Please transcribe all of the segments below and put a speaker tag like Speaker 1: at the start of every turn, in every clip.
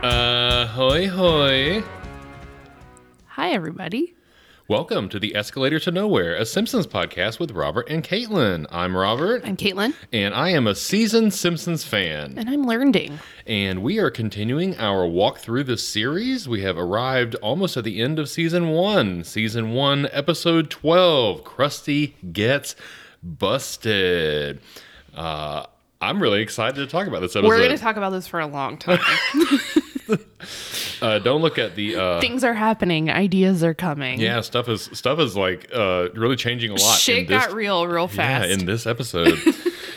Speaker 1: Ahoy, Uh, hoy.
Speaker 2: Hi, everybody.
Speaker 1: Welcome to the Escalator to Nowhere, a Simpsons podcast with Robert and Caitlin. I'm Robert,
Speaker 2: I'm Caitlin,
Speaker 1: and I am a seasoned Simpsons fan.
Speaker 2: and I'm learning.
Speaker 1: And we are continuing our walk through the series. We have arrived almost at the end of season one, season one, episode 12 Krusty Gets Busted. Uh, I'm really excited to talk about this episode.
Speaker 2: We're going to talk about this for a long time.
Speaker 1: uh, don't look at the. Uh,
Speaker 2: Things are happening, ideas are coming.
Speaker 1: yeah, stuff is stuff is like uh, really changing a lot. in
Speaker 2: Shit
Speaker 1: this
Speaker 2: got real real fast.
Speaker 1: Yeah, in this episode.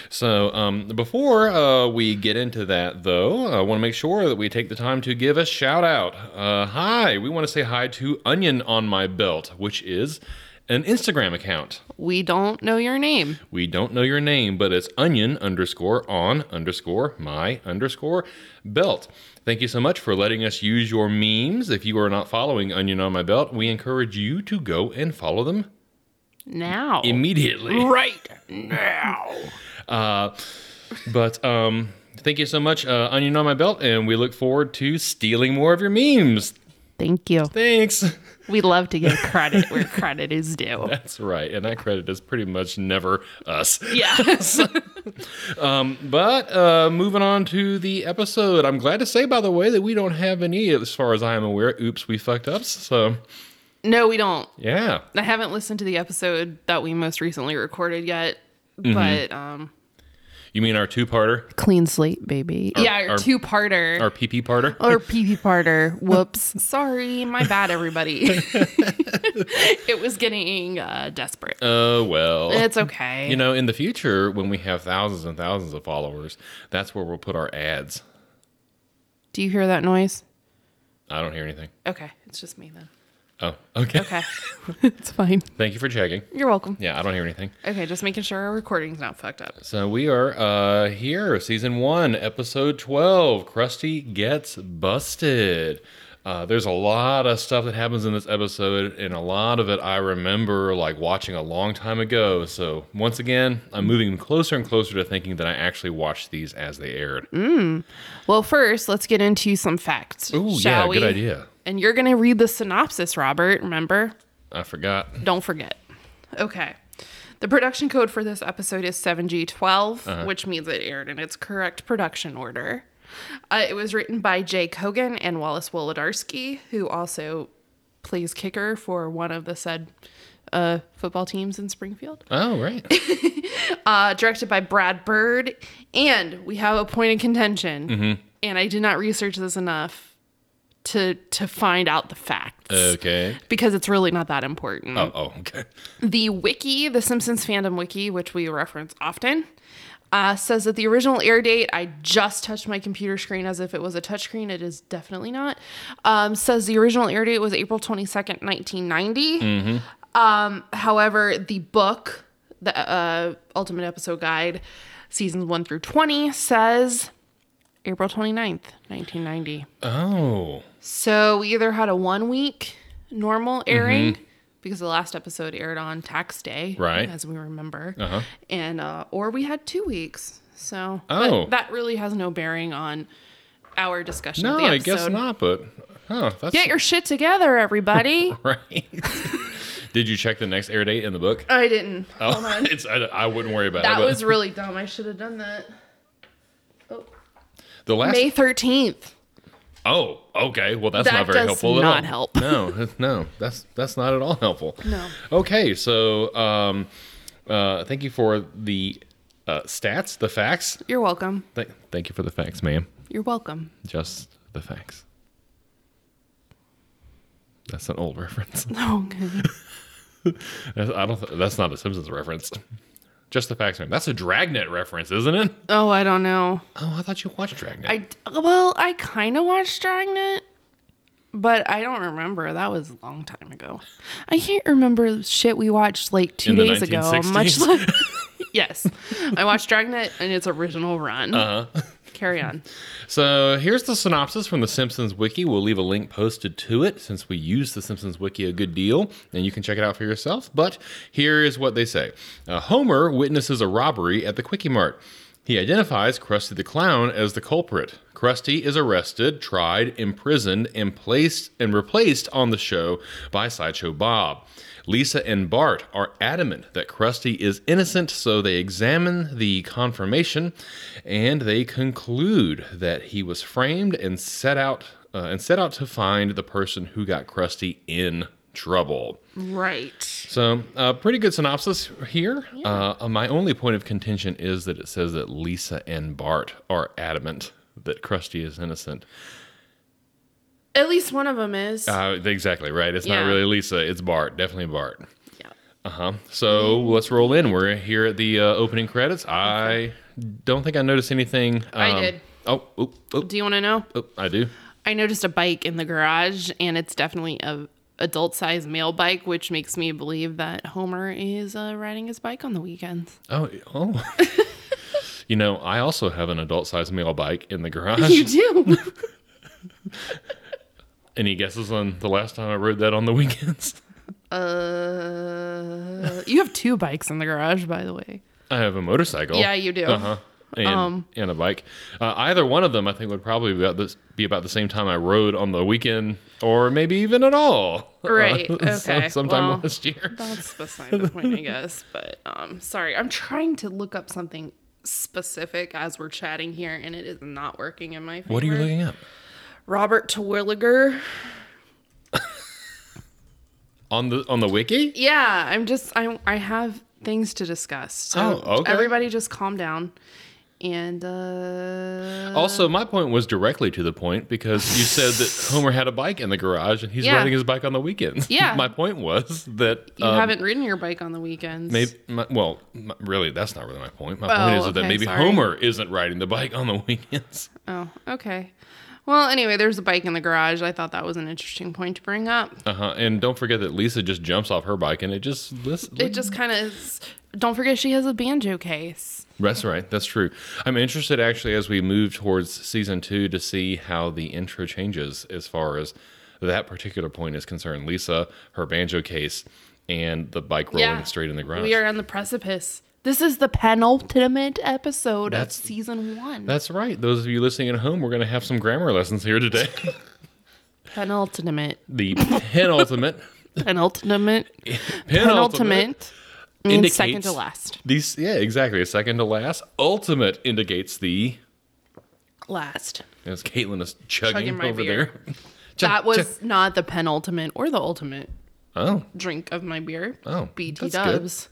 Speaker 1: so, um, before uh, we get into that, though, I want to make sure that we take the time to give a shout out. Uh, hi, we want to say hi to Onion on My Belt, which is an Instagram account.
Speaker 2: we don't know your name.
Speaker 1: We don't know your name, but it's onion underscore on underscore my underscore belt. Thank you so much for letting us use your memes. If you are not following Onion on My Belt, we encourage you to go and follow them
Speaker 2: Now.
Speaker 1: immediately.
Speaker 2: right now.
Speaker 1: Uh, but um, thank you so much, uh, Onion on my belt, and we look forward to stealing more of your memes.
Speaker 2: Thank you.
Speaker 1: Thanks.
Speaker 2: We love to give credit where credit is due.
Speaker 1: That's right, and that credit is pretty much never us.
Speaker 2: Yes.
Speaker 1: Um, but uh, moving on to the episode, I'm glad to say, by the way, that we don't have any, as far as I am aware. Oops, we fucked up. So
Speaker 2: no, we don't.
Speaker 1: yeah,
Speaker 2: I haven't listened to the episode that we most recently recorded yet,
Speaker 1: Mm-hmm.
Speaker 2: but um
Speaker 1: you mean our two-parter,
Speaker 2: clean slate baby. yeah,
Speaker 1: our-
Speaker 2: our two-parter.
Speaker 1: our PP parter?
Speaker 2: or PP parter. Whoops. Sorry, my bad, everybody. it was getting uh, desperate.
Speaker 1: Oh well.
Speaker 2: It's okay.
Speaker 1: you know, in the future, when we have thousands and thousands of followers, that's where we'll put our ads.
Speaker 2: Do you hear that noise?
Speaker 1: I don't hear anything.
Speaker 2: Okay, it's just me then.
Speaker 1: Oh, okay.
Speaker 2: Okay, it's fine.
Speaker 1: Thank you for checking.
Speaker 2: You're welcome.
Speaker 1: Yeah, I don't hear anything.
Speaker 2: Okay, just making sure our recording's not fucked up.
Speaker 1: So we are uh here, season one, episode twelve. Krusty gets busted. Uh, there's a lot of stuff that happens in this episode, and a lot of it I remember like watching a long time ago. So once again, I'm moving closer and closer to thinking that I actually watched these as they aired.
Speaker 2: Mm, Well, first, let's get into some facts.
Speaker 1: Ooh,
Speaker 2: shall
Speaker 1: yeah,
Speaker 2: we?
Speaker 1: good idea.
Speaker 2: And you're gonna read the synopsis, Robert. Remember?
Speaker 1: I forgot.
Speaker 2: Don't forget. Okay. The production code for this episode is 7G12, which means it aired in its correct production order. Uh, it was written by Jay Kogan and Wallace Wolodarski, who also plays kicker for one of the said uh, football teams in Springfield.
Speaker 1: Oh right.
Speaker 2: Uh, directed by Brad Bird. And we have a point of contention. And I did not research this enough to, to find out the facts.
Speaker 1: okay.
Speaker 2: because it's really not that important
Speaker 1: Uh. Oh, oh okay.
Speaker 2: the wiki, the Simpsons fandom wiki, which we reference often, uh, says that the original air date, I just touched my computer screen as if it was a touchscreen. It is definitely not. Um, says the original air date was April 22nd, 1990. Um, however, the book, the uh, Ultimate Episode Guide, seasons 1 through 20, says April 29th, 1990.
Speaker 1: Oh.
Speaker 2: So we either had a one week normal
Speaker 1: Mm-hmm.
Speaker 2: airing because the last episode aired on tax day,
Speaker 1: Right.
Speaker 2: As we remember,
Speaker 1: Uh-huh.
Speaker 2: and uh, or we had two weeks. So
Speaker 1: Oh.
Speaker 2: but that really has no bearing on our discussion.
Speaker 1: No,
Speaker 2: of the
Speaker 1: I
Speaker 2: episode.
Speaker 1: guess not, but huh, that's
Speaker 2: Get your shit together, everybody.
Speaker 1: right. Did you check the next air date in the book?
Speaker 2: I didn't.
Speaker 1: Oh,
Speaker 2: Hold on.
Speaker 1: it's I, I wouldn't worry about it.
Speaker 2: That
Speaker 1: but
Speaker 2: was really dumb. I should have done that. Oh,
Speaker 1: the last.
Speaker 2: May thirteenth.
Speaker 1: oh, okay. Well, that's
Speaker 2: That
Speaker 1: not very
Speaker 2: does
Speaker 1: helpful. at
Speaker 2: not
Speaker 1: all.
Speaker 2: help.
Speaker 1: No, no, that's that's not at all helpful.
Speaker 2: No.
Speaker 1: Okay, so um, uh, thank you for the uh, stats, the facts.
Speaker 2: You're welcome.
Speaker 1: Th- thank you for the facts, ma'am.
Speaker 2: You're welcome.
Speaker 1: Just the facts. That's an old reference.
Speaker 2: Oh, good.
Speaker 1: That's, I don't. Th- that's not a Simpsons reference. Just the facts, ma'am. That's a Dragnet reference, isn't it?
Speaker 2: oh, I don't know.
Speaker 1: Oh, I thought you watched Dragnet.
Speaker 2: I well, I kind of watched Dragnet, but I don't remember. That was a long time ago. I can't remember shit we watched like two
Speaker 1: In the
Speaker 2: days ago. Much
Speaker 1: 1960s?
Speaker 2: like yes, I watched Dragnet and its original run.
Speaker 1: Uh-huh.
Speaker 2: Carry on.
Speaker 1: So here's the synopsis from the Simpsons Wiki. We'll leave a link posted to it since we use the Simpsons Wiki a good deal, and you can check it out for yourself. But here is what they say uh, Homer witnesses a robbery at the Quickie Mart. He identifies Krusty the Clown as the culprit. Krusty is arrested, tried, imprisoned, and placed and replaced on the show by Sideshow Bob. Lisa and Bart are adamant that Krusty is innocent, so they examine the confirmation and they conclude that he was framed and set out uh, and set out to find the person who got Krusty in trouble.
Speaker 2: Right.
Speaker 1: So, uh, pretty good synopsis here. Uh, my only point of contention is that it says that Lisa and Bart are adamant that Krusty is innocent.
Speaker 2: At least one of them is.
Speaker 1: Uh, exactly right. It's
Speaker 2: Yeah.
Speaker 1: not really Lisa. It's Bart. Definitely Bart.
Speaker 2: yeah.
Speaker 1: Uh huh. So let's roll in. We're here at the uh, opening credits. I don't think I noticed anything.
Speaker 2: I did.
Speaker 1: Oh, oh, oh,
Speaker 2: Do you want to know?
Speaker 1: oh, I do.
Speaker 2: I noticed a bike in the garage, and it's definitely a adult sized male bike, which makes me believe that Homer is uh, riding his bike on the weekends.
Speaker 1: Oh, oh. you know, I also have an adult-sized male bike in the garage.
Speaker 2: You do.
Speaker 1: Any guesses on the last time I rode that on the weekends?
Speaker 2: uh, you have two bikes in the garage, by the way.
Speaker 1: I have a motorcycle.
Speaker 2: Yeah, you do. Um,
Speaker 1: Uh huh. And, and a bike. Uh, either one of them, I think, would probably be about, this, be about the same time I rode on the weekend, or maybe even at all. Uh,
Speaker 2: Right,
Speaker 1: so-
Speaker 2: okay,
Speaker 1: sometime
Speaker 2: well.
Speaker 1: last year.
Speaker 2: That's beside the point, I guess. But um, sorry, I'm trying to look up something specific as we're chatting here, and it is not working in my favor.
Speaker 1: What are you looking up?
Speaker 2: Robert Terwilliger.
Speaker 1: On the on the wiki?
Speaker 2: Yeah, I'm just I I have things to discuss. So
Speaker 1: Oh, okay.
Speaker 2: everybody just calm down. And uh
Speaker 1: Also, my point was directly to the point because you said that Homer had a bike in the garage and he's
Speaker 2: Yeah.
Speaker 1: riding his bike on the weekends.
Speaker 2: Yeah.
Speaker 1: my point was that
Speaker 2: you
Speaker 1: um,
Speaker 2: haven't ridden your bike on the weekends.
Speaker 1: Maybe, my, well, my, really, that's not really my point. My
Speaker 2: Oh,
Speaker 1: point is that
Speaker 2: okay,
Speaker 1: maybe
Speaker 2: sorry.
Speaker 1: Homer isn't riding the bike on the weekends.
Speaker 2: Oh, okay. Well, anyway, there's a bike in the garage. I thought that was an interesting point to bring up.
Speaker 1: Uh huh. And don't forget that Lisa just jumps off her bike and it just lis-
Speaker 2: It just kind of don't forget she has a banjo case.
Speaker 1: That's right. That's true. I'm interested actually as we move towards season two to see how the intro changes as far as that particular point is concerned. Lisa, her banjo case, and the bike rolling
Speaker 2: Yeah.
Speaker 1: straight in the garage.
Speaker 2: We are on the precipice. This is the penultimate episode
Speaker 1: That's-
Speaker 2: of season 1.
Speaker 1: That's right. Those of you listening at home, we're going to have some grammar lessons here today.
Speaker 2: penultimate.
Speaker 1: the penultimate,
Speaker 2: Penultimate.
Speaker 1: penultimate.
Speaker 2: penultimate means second
Speaker 1: indicates-
Speaker 2: to last.
Speaker 1: These, yeah, exactly. A second to last. Ultimate indicates the.
Speaker 2: Last.
Speaker 1: As Caitlin is chugging,
Speaker 2: Chugging my
Speaker 1: over
Speaker 2: beer.
Speaker 1: there. Chug,
Speaker 2: That
Speaker 1: chug.
Speaker 2: was not the penultimate or the ultimate
Speaker 1: Oh,
Speaker 2: drink of my beer.
Speaker 1: Oh,
Speaker 2: BT
Speaker 1: that's good.
Speaker 2: Dubs.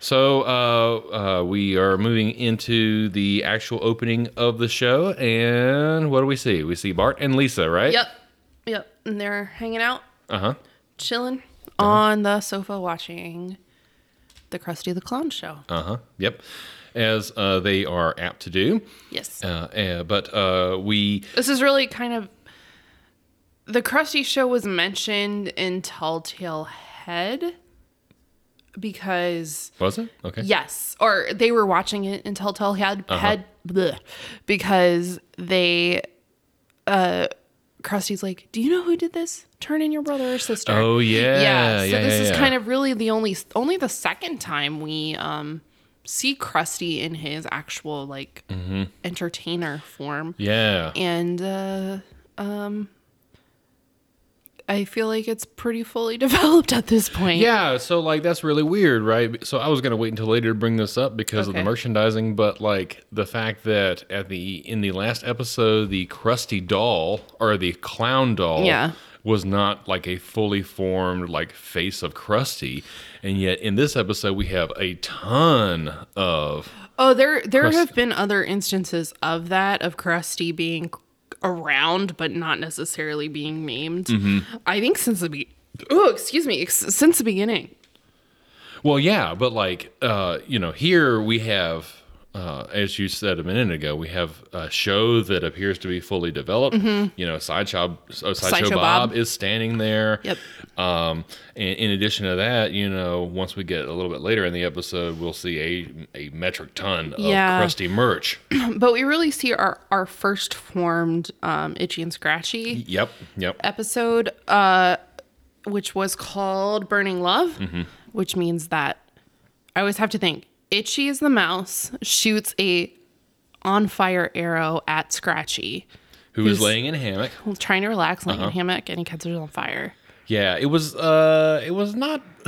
Speaker 1: So uh, uh, we are moving into the actual opening of the show, and what do we see? We see Bart and Lisa, right?
Speaker 2: Yep. Yep. And they're hanging out,
Speaker 1: Uh huh.
Speaker 2: chilling on the sofa watching the Krusty the Clown show.
Speaker 1: Uh huh. Yep. As uh, they are apt to do,
Speaker 2: Yes.
Speaker 1: uh, uh, but uh, we
Speaker 2: This is really kind of the Krusty Show was mentioned in Telltale Head because
Speaker 1: was it okay?
Speaker 2: yes, or they were watching it in Telltale Head,
Speaker 1: Uh-huh.
Speaker 2: head bleh, because they uh Krusty's like, "Do you know who did this? Turn in your brother or sister."
Speaker 1: Oh yeah.
Speaker 2: yeah, so
Speaker 1: yeah,
Speaker 2: this
Speaker 1: yeah,
Speaker 2: is
Speaker 1: yeah.
Speaker 2: kind of really the only only the second time we um see Krusty in his actual like
Speaker 1: Mm-hmm.
Speaker 2: entertainer form
Speaker 1: yeah.
Speaker 2: and uh, um, I feel like it's pretty fully developed at this point.
Speaker 1: Yeah, so like that's really weird, right? So I was gonna wait until later to bring this up because of
Speaker 2: Okay.
Speaker 1: the merchandising, but like the fact that at the in the last episode, the Krusty doll or the clown doll
Speaker 2: Yeah.
Speaker 1: was not like a fully formed like face of Krusty, and yet in this episode we have a ton of
Speaker 2: Oh, there there have been other instances of that of Krusty being around but not necessarily being named. I think since the be- oh excuse me ex- since the beginning.
Speaker 1: Well, yeah, but like uh, you know, here we have, uh, as you said a minute ago, we have a show that appears to be fully developed. You know, sideshow, oh, sideshow,
Speaker 2: Mm-hmm. Sideshow
Speaker 1: Bob,
Speaker 2: Bob.
Speaker 1: is standing there.
Speaker 2: Yep.
Speaker 1: Um, and in addition to that, you know, once we get a little bit later in the episode, we'll see a a metric ton of
Speaker 2: Yeah.
Speaker 1: crusty merch.
Speaker 2: But we really see our our first formed um, itchy and scratchy.
Speaker 1: yep, yep.
Speaker 2: episode, uh, which was called Burning Love,
Speaker 1: Mm-hmm.
Speaker 2: which means that I always have to think Itchy is the mouse, shoots a on fire arrow at Scratchy,
Speaker 1: who is laying in a hammock.
Speaker 2: trying to relax,
Speaker 1: Uh-huh.
Speaker 2: laying in a hammock, and he catches it on fire.
Speaker 1: Yeah, it was uh it was not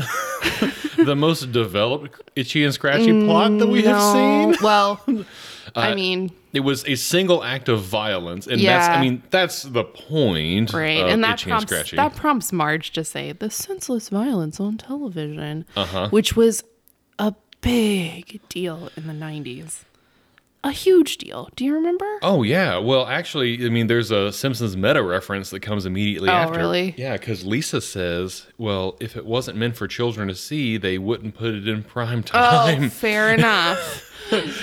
Speaker 1: the most developed itchy and scratchy plot that we have
Speaker 2: No.
Speaker 1: seen. Uh,
Speaker 2: Well, I mean,
Speaker 1: It was a single act of violence, and that's
Speaker 2: Yeah.
Speaker 1: I mean that's the point.
Speaker 2: right,
Speaker 1: of
Speaker 2: and that
Speaker 1: itchy and
Speaker 2: prompts
Speaker 1: uh, scratchy.
Speaker 2: that prompts Marge to say the senseless violence on television,
Speaker 1: Uh-huh.
Speaker 2: which was a big deal in the '90s, a huge deal. Do you remember?
Speaker 1: Oh yeah. Well, actually, I mean, there's a Simpsons meta reference that comes immediately after.
Speaker 2: Oh, really?
Speaker 1: Yeah, because Lisa says, "Well, if it wasn't meant for children to see, they wouldn't put it in prime time."
Speaker 2: Oh, fair enough.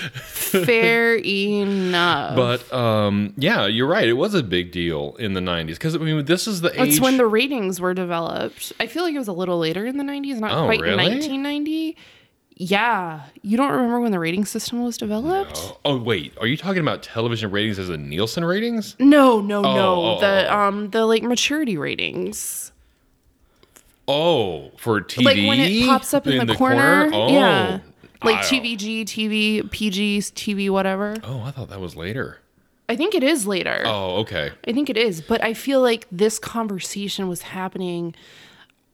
Speaker 2: fair enough.
Speaker 1: But um, yeah, you're right. It was a big deal in the '90s because I mean, this is the
Speaker 2: That's
Speaker 1: age.
Speaker 2: when the ratings were developed. I feel like it was a little later in the 90s, not
Speaker 1: Oh,
Speaker 2: quite
Speaker 1: really?
Speaker 2: 1990. Yeah. You don't remember when the rating system was developed?
Speaker 1: oh, oh, wait, are you talking about television ratings as in Nielsen ratings?
Speaker 2: No, no, no.
Speaker 1: oh,
Speaker 2: the um the like maturity ratings.
Speaker 1: Oh, for TV,
Speaker 2: Like when it pops up in, the, corner.
Speaker 1: Oh,
Speaker 2: yeah. Like
Speaker 1: I-
Speaker 2: TVG, TV, PGs, TV, whatever.
Speaker 1: Oh, I thought that was later.
Speaker 2: I think it is later.
Speaker 1: Oh, okay.
Speaker 2: I think it is, but I feel like this conversation was happening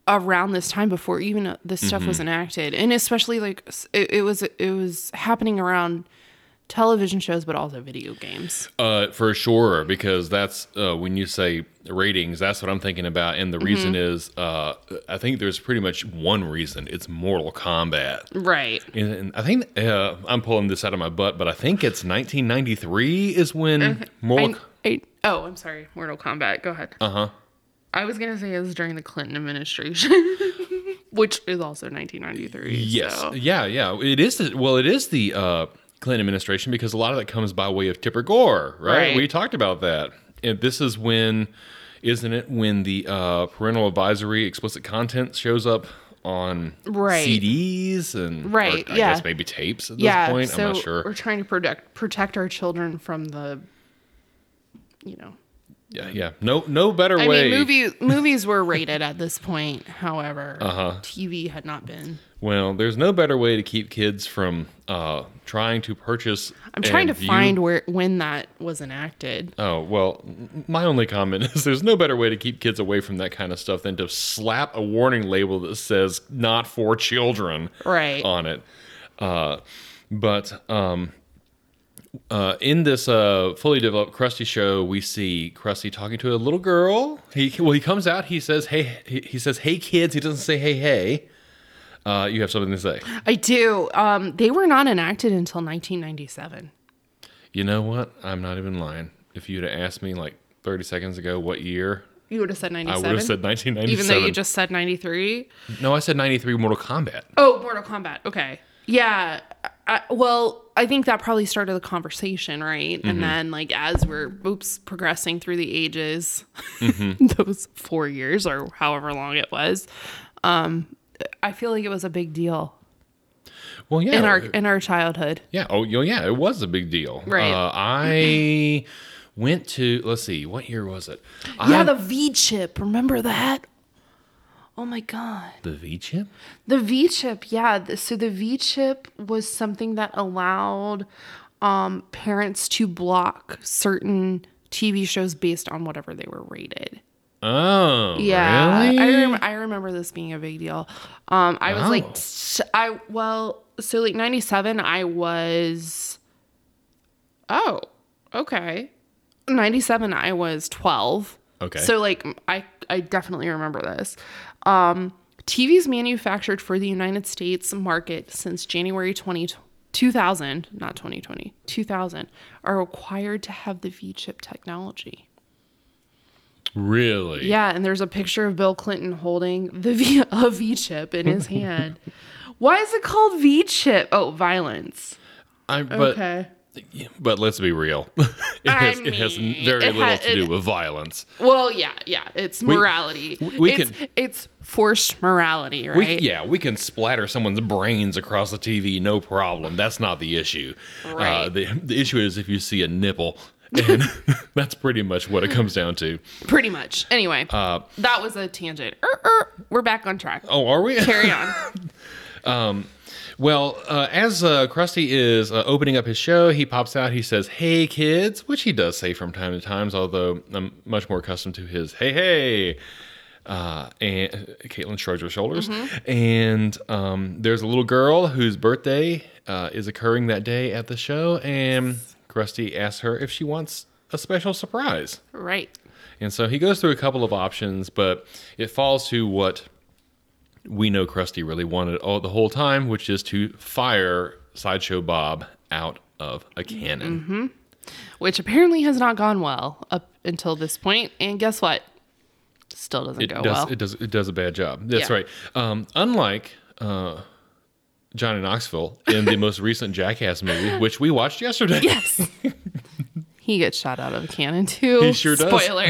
Speaker 2: around this time before even uh, this stuff was
Speaker 1: Mm-hmm.
Speaker 2: enacted, and especially like s- it, it was it was happening around television shows, but also video games.
Speaker 1: Uh, for sure, because that's uh, when you say ratings, that's what I'm thinking about. And the reason is, uh, I think there's pretty much one reason it's Mortal Kombat.
Speaker 2: Right.
Speaker 1: And, and I think uh, I'm pulling this out of my butt, but I think it's 1993 is when Mortal.
Speaker 2: I, I, oh, I'm sorry. Mortal Kombat. Go ahead. Uh huh.
Speaker 1: Uh-huh.
Speaker 2: I was gonna say it was during the Clinton administration, which is also 1993.
Speaker 1: yes,
Speaker 2: so-
Speaker 1: yeah, yeah. It is. The, well, it is the uh, Clinton administration because a lot of that comes by way of Tipper Gore, right?
Speaker 2: Right.
Speaker 1: We talked about that. And this is when, isn't it, when the uh, parental advisory explicit content shows up on
Speaker 2: Right.
Speaker 1: CDs and or
Speaker 2: Right,
Speaker 1: I
Speaker 2: yeah.
Speaker 1: guess maybe tapes at this
Speaker 2: yeah,
Speaker 1: point.
Speaker 2: so
Speaker 1: I'm not sure.
Speaker 2: We're trying to protect protect our children from the, you know.
Speaker 1: Yeah, yeah. No, no better
Speaker 2: I
Speaker 1: way.
Speaker 2: mean, movie, movies were rated at this point. However,
Speaker 1: Uh-huh.
Speaker 2: TV had not been.
Speaker 1: Well, there's no better way to keep kids from uh, trying to purchase.
Speaker 2: I'm trying to
Speaker 1: and view-
Speaker 2: find where when that was enacted.
Speaker 1: Oh, well, m- my only comment is there's no better way to keep kids away from that kind of stuff than to slap a warning label that says not for children
Speaker 2: Right.
Speaker 1: on it. Uh, but um, uh, in this uh, fully developed Krusty show, we see Krusty talking to a little girl. He well, he comes out. He says, "Hey," he he says, "Hey, kids." He doesn't say, "Hey, hey." Uh, you have something to say.
Speaker 2: I do. Um, they were not enacted until 1997.
Speaker 1: You know what? I'm not even lying. If you'd have asked me like 30 seconds ago what year,
Speaker 2: You would have said
Speaker 1: I
Speaker 2: 97.
Speaker 1: would have said 1997.
Speaker 2: even though you just said 93.
Speaker 1: no, I said 93 Mortal Kombat.
Speaker 2: Oh, Mortal Kombat. Okay. Yeah. I, well, I think that probably started the conversation, right?
Speaker 1: Mm-hmm.
Speaker 2: And then, like, as we're oops progressing through the ages,
Speaker 1: Mm-hmm.
Speaker 2: those four years or however long it was, um, I feel like it was a big deal
Speaker 1: Well, yeah.
Speaker 2: in our in our childhood.
Speaker 1: yeah. Oh, yo- yeah. It was a big deal.
Speaker 2: Right. Mm-hmm.
Speaker 1: Uh, I went to, let's see, what year was it?
Speaker 2: yeah,
Speaker 1: I,
Speaker 2: the V chip. Remember that? Oh my god.
Speaker 1: the V chip?
Speaker 2: The V chip, yeah. th- So the V chip was something that allowed um, parents to block certain TV shows based on whatever they were rated.
Speaker 1: Oh,
Speaker 2: Yeah,
Speaker 1: Really?
Speaker 2: I rem- I remember this being a big deal. Um, I was
Speaker 1: Wow.
Speaker 2: like, s- I well, so like '97, I was. Oh, okay. '97, I was 12.
Speaker 1: Okay.
Speaker 2: So like, I I definitely remember this. Um, TVs manufactured for the United States market since January 20, 2000, not 2020, 2000, are required to have the V chip technology.
Speaker 1: really?
Speaker 2: Yeah, and there's a picture of Bill Clinton holding the v- a V chip in his hand. Why is it called V chip? Oh, violence.
Speaker 1: I, but,
Speaker 2: okay.
Speaker 1: but let's be real. it,
Speaker 2: I
Speaker 1: has, it has
Speaker 2: mean,
Speaker 1: very
Speaker 2: it
Speaker 1: little
Speaker 2: ha-
Speaker 1: to
Speaker 2: it-
Speaker 1: do with violence.
Speaker 2: Well, yeah, yeah. It's morality.
Speaker 1: we
Speaker 2: it's,
Speaker 1: could-
Speaker 2: it's forced morality, right?
Speaker 1: We, Yeah, we can splatter someone's brains across the TV, no problem. That's not the issue.
Speaker 2: Right.
Speaker 1: Uh, the, the issue is if you see a nipple, and that's pretty much what it comes down to.
Speaker 2: Pretty much.
Speaker 1: Uh,
Speaker 2: Anyway, that was a tangent. Er, er, we're back on track.
Speaker 1: Oh, are we?
Speaker 2: Carry on.
Speaker 1: Um, well, uh, as uh, Krusty is uh, opening up his show, he pops out. He says, "Hey, kids," which he does say from time to times. Although I'm much more accustomed to his "Hey, hey." Uh, and Caitlin shrugs her shoulders. And um, there's a little girl whose birthday uh, is occurring that day at the show, and Krusty asks her if she wants a special surprise.
Speaker 2: Right.
Speaker 1: And so he goes through a couple of options, but it falls to what we know Krusty really wanted all the whole time, which is to fire Sideshow Bob out of a cannon.
Speaker 2: Mm-hmm. Which apparently has not gone well up until this point. And guess what? Still doesn't
Speaker 1: It
Speaker 2: go
Speaker 1: does
Speaker 2: Oh, well.
Speaker 1: it does it does a bad job. That's
Speaker 2: Yeah.
Speaker 1: right. Um, unlike uh, Johnny Knoxville in the most recent Jackass movie, which we watched yesterday.
Speaker 2: yes. he gets shot out of a cannon too.
Speaker 1: He sure does.
Speaker 2: Spoiler.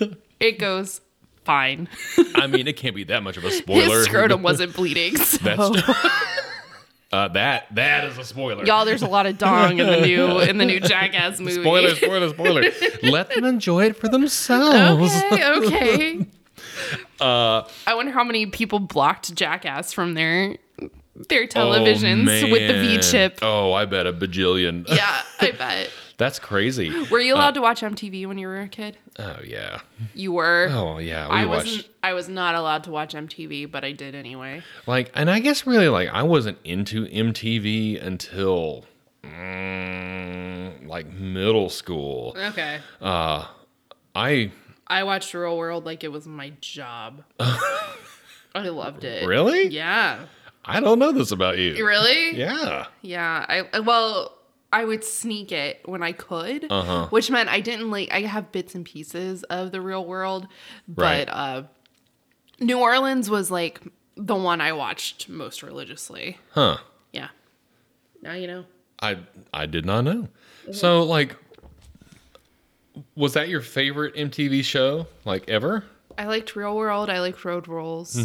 Speaker 2: it goes fine.
Speaker 1: I mean, it can't be that much of a spoiler.
Speaker 2: His scrotum wasn't bleeding. So.
Speaker 1: uh, that that is a spoiler.
Speaker 2: Y'all, there's a lot of dong in the new in the new Jackass movie.
Speaker 1: Spoiler, spoiler, spoiler. Let them enjoy it for themselves.
Speaker 2: Okay, okay.
Speaker 1: Uh,
Speaker 2: I wonder how many people blocked Jackass from their their televisions
Speaker 1: Oh,
Speaker 2: with the V
Speaker 1: man.
Speaker 2: chip.
Speaker 1: Oh, I bet a bajillion.
Speaker 2: Yeah, I bet.
Speaker 1: That's crazy.
Speaker 2: Were you allowed to watch MTV when you were a kid?
Speaker 1: Oh yeah.
Speaker 2: You were.
Speaker 1: Oh yeah. We
Speaker 2: I
Speaker 1: watched
Speaker 2: wasn't. I was not allowed to watch MTV, but I did anyway.
Speaker 1: like, and I guess really like I wasn't into MTV until mm, like middle school.
Speaker 2: Okay.
Speaker 1: I
Speaker 2: I watched Real World like it was my job. I loved it.
Speaker 1: really.
Speaker 2: Yeah.
Speaker 1: I don't know this about you.
Speaker 2: Really?
Speaker 1: Yeah.
Speaker 2: Yeah, I I- well, I would sneak it when I could,
Speaker 1: Uh-huh.
Speaker 2: which meant I didn't like. I have bits and pieces of the real world,
Speaker 1: Right.
Speaker 2: but uh, New Orleans was like the one I watched most religiously.
Speaker 1: Huh.
Speaker 2: Yeah. Now you know.
Speaker 1: I I did not know. So like, was that your favorite MTV show like ever?
Speaker 2: I liked Real World. I liked Road Rules.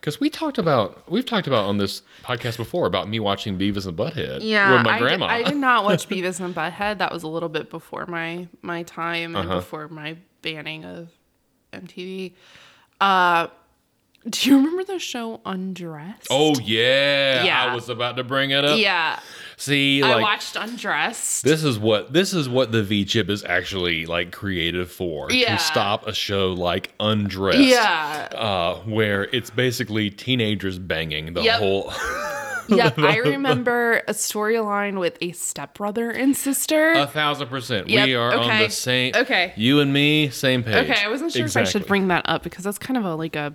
Speaker 1: Because we talked about we've talked about on this podcast before about me watching Beavis and Butthead
Speaker 2: Yeah,
Speaker 1: with my
Speaker 2: I, did-
Speaker 1: grandma.
Speaker 2: I did not watch Beavis and Butthead. That was a little bit before my my time
Speaker 1: Uh-huh.
Speaker 2: and before my banning of MTV. Uh, do you remember the show Undressed?
Speaker 1: Oh yeah,
Speaker 2: Yeah.
Speaker 1: I was about to bring it up.
Speaker 2: yeah,
Speaker 1: See,
Speaker 2: I
Speaker 1: like
Speaker 2: watched Undressed.
Speaker 1: this is what this is what the V chip is actually like created for
Speaker 2: Yeah.
Speaker 1: to stop a show like Undressed.
Speaker 2: yeah,
Speaker 1: Uh, where it's basically teenagers banging the
Speaker 2: Yep.
Speaker 1: whole.
Speaker 2: yeah. I remember a storyline with a stepbrother and sister.
Speaker 1: a thousand percent. We
Speaker 2: Yep,
Speaker 1: are on
Speaker 2: okay,
Speaker 1: the same.
Speaker 2: okay.
Speaker 1: You and me, same page.
Speaker 2: okay, I wasn't sure if I should
Speaker 1: Exactly.
Speaker 2: bring that up because that's kind of a like a.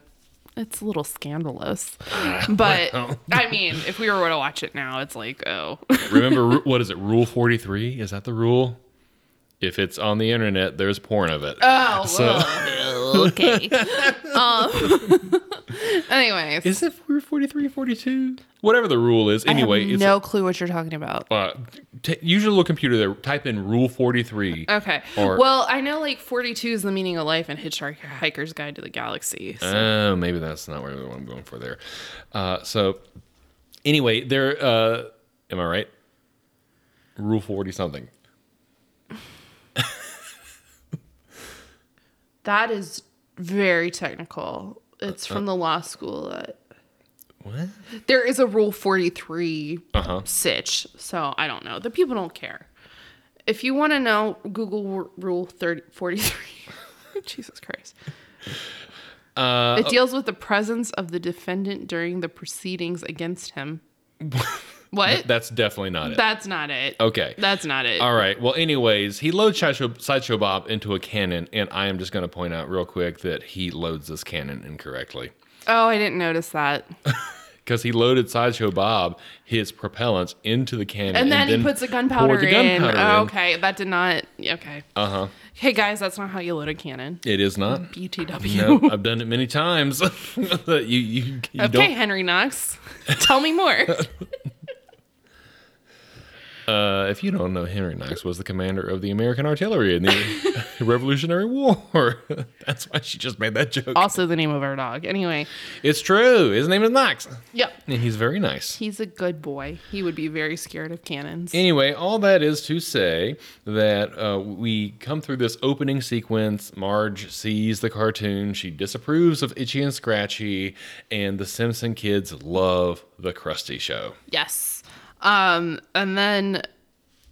Speaker 2: It's a little scandalous, but
Speaker 1: well.
Speaker 2: I mean, if we were to watch it now, it's like, oh,
Speaker 1: Remember ru- what is it? Rule forty three? Is that the rule? If it's on the internet, there's porn of it.
Speaker 2: Oh, well, okay. um, anyways,
Speaker 1: Is it 43, 42? Whatever the rule is. Anyway, it's
Speaker 2: no clue what you're talking about.
Speaker 1: uh, t- use your little computer there. Type in Rule 43.
Speaker 2: Okay.
Speaker 1: Or-
Speaker 2: well, I know like 42 is the meaning of life and Hitchhiker's Guide to the Galaxy. so-
Speaker 1: Oh, maybe that's not where what I'm going for there. Uh, so, anyway, there. Uh, am I right? Rule 40 something.
Speaker 2: that is very technical. It's from the law school.
Speaker 1: Uh-huh.
Speaker 2: That
Speaker 1: What?
Speaker 2: there is a Rule 43
Speaker 1: Uh huh.
Speaker 2: sitch, so I don't know. The people don't care. If you want to know, Google Ru- Rule 30, 43. Jesus Christ.
Speaker 1: Uh,
Speaker 2: It deals with the presence of the defendant during the proceedings against him. what?
Speaker 1: that's definitely not it.
Speaker 2: That's not it.
Speaker 1: okay.
Speaker 2: That's not it.
Speaker 1: All right. Well, anyways, he loads Sideshow, Sideshow Bob into a cannon, and I am just going to point out real quick that he loads this cannon incorrectly.
Speaker 2: Oh, I didn't notice that.
Speaker 1: because he loaded Sideshow Bob his propellants into the cannon,
Speaker 2: And then he puts the gunpowder
Speaker 1: poured the
Speaker 2: in. Uh-huh.
Speaker 1: gunpowder
Speaker 2: Oh,
Speaker 1: in.
Speaker 2: okay. That did not. Okay.
Speaker 1: Uh huh.
Speaker 2: Hey, guys, that's not how you load a cannon.
Speaker 1: It is not.
Speaker 2: BTW.
Speaker 1: No, I've done it many times. you you, you
Speaker 2: okay,
Speaker 1: don't.
Speaker 2: Henry Knox. Tell me more.
Speaker 1: Uh, if you don't know, Henry Knox was the commander of the American artillery in the Revolutionary War. That's why she just made that joke.
Speaker 2: Also, the name of our dog. Anyway,
Speaker 1: It's true. His name is Knox.
Speaker 2: yep.
Speaker 1: And he's very nice.
Speaker 2: He's a good boy. He would be very scared of cannons.
Speaker 1: Anyway, all that is to say that uh, we come through this opening sequence. Marge sees the cartoon. She disapproves of Itchy and Scratchy, and the Simpson kids love the Krusty Show.
Speaker 2: Yes. Um, and then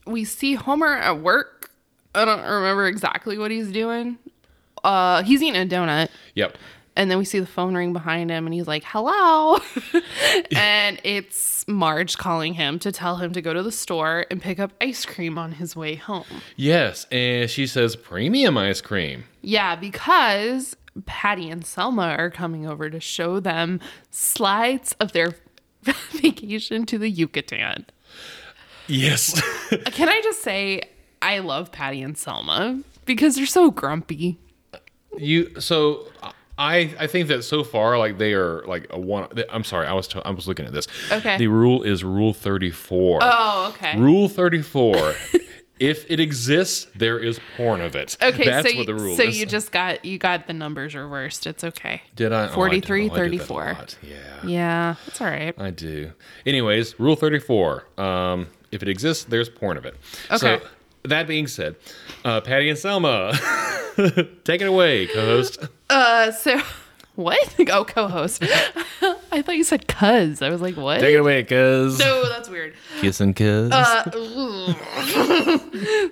Speaker 2: we see Homer at work. I don't remember exactly what he's doing. Uh, he's eating a donut.
Speaker 1: Yep.
Speaker 2: And then we see the phone ring behind him, and he's like, hello. and it's Marge calling him to tell him to go to the store and pick up ice cream on his way home.
Speaker 1: Yes, and she says premium ice cream.
Speaker 2: Yeah, because Patty and Selma are coming over to show them slides of their vacation to the Yucatan.
Speaker 1: Yes.
Speaker 2: Can I just say, I love Patty and Selma because they're so grumpy.
Speaker 1: you so I I think that so far like they are like a one I'm sorry, I was t- I was looking at this.
Speaker 2: Okay.
Speaker 1: The rule is rule 34.
Speaker 2: Oh, okay.
Speaker 1: Rule 34. if it exists, there is porn of it.
Speaker 2: Okay,
Speaker 1: That's
Speaker 2: so,
Speaker 1: what the
Speaker 2: you,
Speaker 1: rule
Speaker 2: so
Speaker 1: is.
Speaker 2: you just got you got the numbers reversed. It's okay.
Speaker 1: did I oh, I don't know, I
Speaker 2: 43,
Speaker 1: did that a
Speaker 2: 34.
Speaker 1: lot. Yeah.
Speaker 2: Yeah, that's all right.
Speaker 1: I do. Anyways, rule 34. Um if it exists, there's porn of it. So
Speaker 2: Okay.
Speaker 1: that being said, uh, Patty and Selma, take it away, co-host.
Speaker 2: Uh, so what? Oh, co-host. I thought you said cuz. I was like, what?
Speaker 1: it away, cuz.
Speaker 2: No, that's weird.
Speaker 1: Kiss and cuz.
Speaker 2: uh,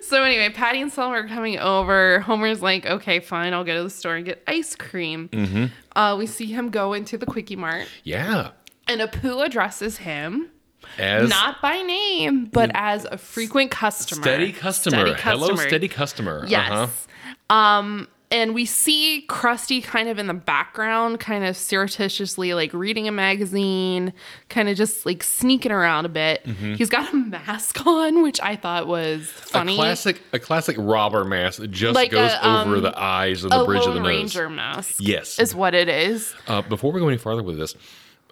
Speaker 2: So anyway, Patty and Selma are coming over. Homer's like, okay, fine, I'll go to the store and get ice cream.
Speaker 1: Mm-hmm.
Speaker 2: Uh, we see him go into the Quickie Mart,
Speaker 1: yeah.
Speaker 2: and Apu addresses him.
Speaker 1: As Mm.
Speaker 2: not by name, but as a frequent customer.
Speaker 1: steady customer.
Speaker 2: Steady
Speaker 1: Hello,
Speaker 2: customer.
Speaker 1: steady customer. Uh-huh.
Speaker 2: Yes. Um, and we see Krusty kind of in the background, kind of surreptitiously like reading a magazine, kind of just like sneaking around a bit. He's got a mask on, which I thought was funny.
Speaker 1: Mm-hmm. A classic, a classic robber mask that just
Speaker 2: Like
Speaker 1: goes
Speaker 2: a, um,
Speaker 1: over the eyes and
Speaker 2: a
Speaker 1: the bridge of
Speaker 2: Lone
Speaker 1: the nose.
Speaker 2: Ranger mask.
Speaker 1: Yes.
Speaker 2: Is what it is.
Speaker 1: Uh, before we go any farther with this,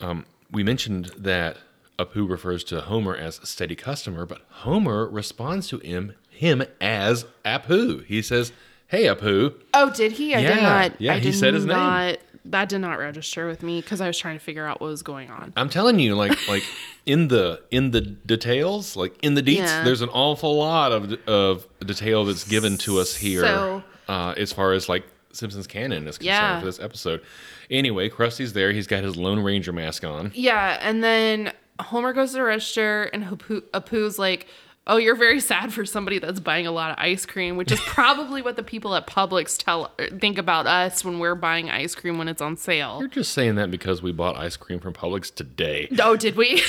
Speaker 1: um, we mentioned that Apu refers to Homer as steady customer, but Homer responds to him him as Apu. He says, "Hey, Apu."
Speaker 2: Oh, did he? I
Speaker 1: Yeah,
Speaker 2: did not.
Speaker 1: yeah,
Speaker 2: I
Speaker 1: he
Speaker 2: did
Speaker 1: said his name.
Speaker 2: not, That did not register with me because I was trying to figure out what was going on.
Speaker 1: I'm telling you, like, like in the in the details, like in the deets,
Speaker 2: Yeah.
Speaker 1: there's an awful lot of of detail that's given to us here,
Speaker 2: So-
Speaker 1: uh, as far as like Simpsons canon is concerned
Speaker 2: Yeah.
Speaker 1: for this episode. Anyway, Krusty's there. He's got his Lone Ranger mask on.
Speaker 2: Yeah, and then Homer goes to the register, and Apu, Apu's like, "Oh, you're very sad for somebody that's buying a lot of ice cream," which is probably what the people at Publix tell er, think about us when we're buying ice cream when it's on sale.
Speaker 1: You're just saying that because we bought ice cream from Publix today,
Speaker 2: Oh, did we?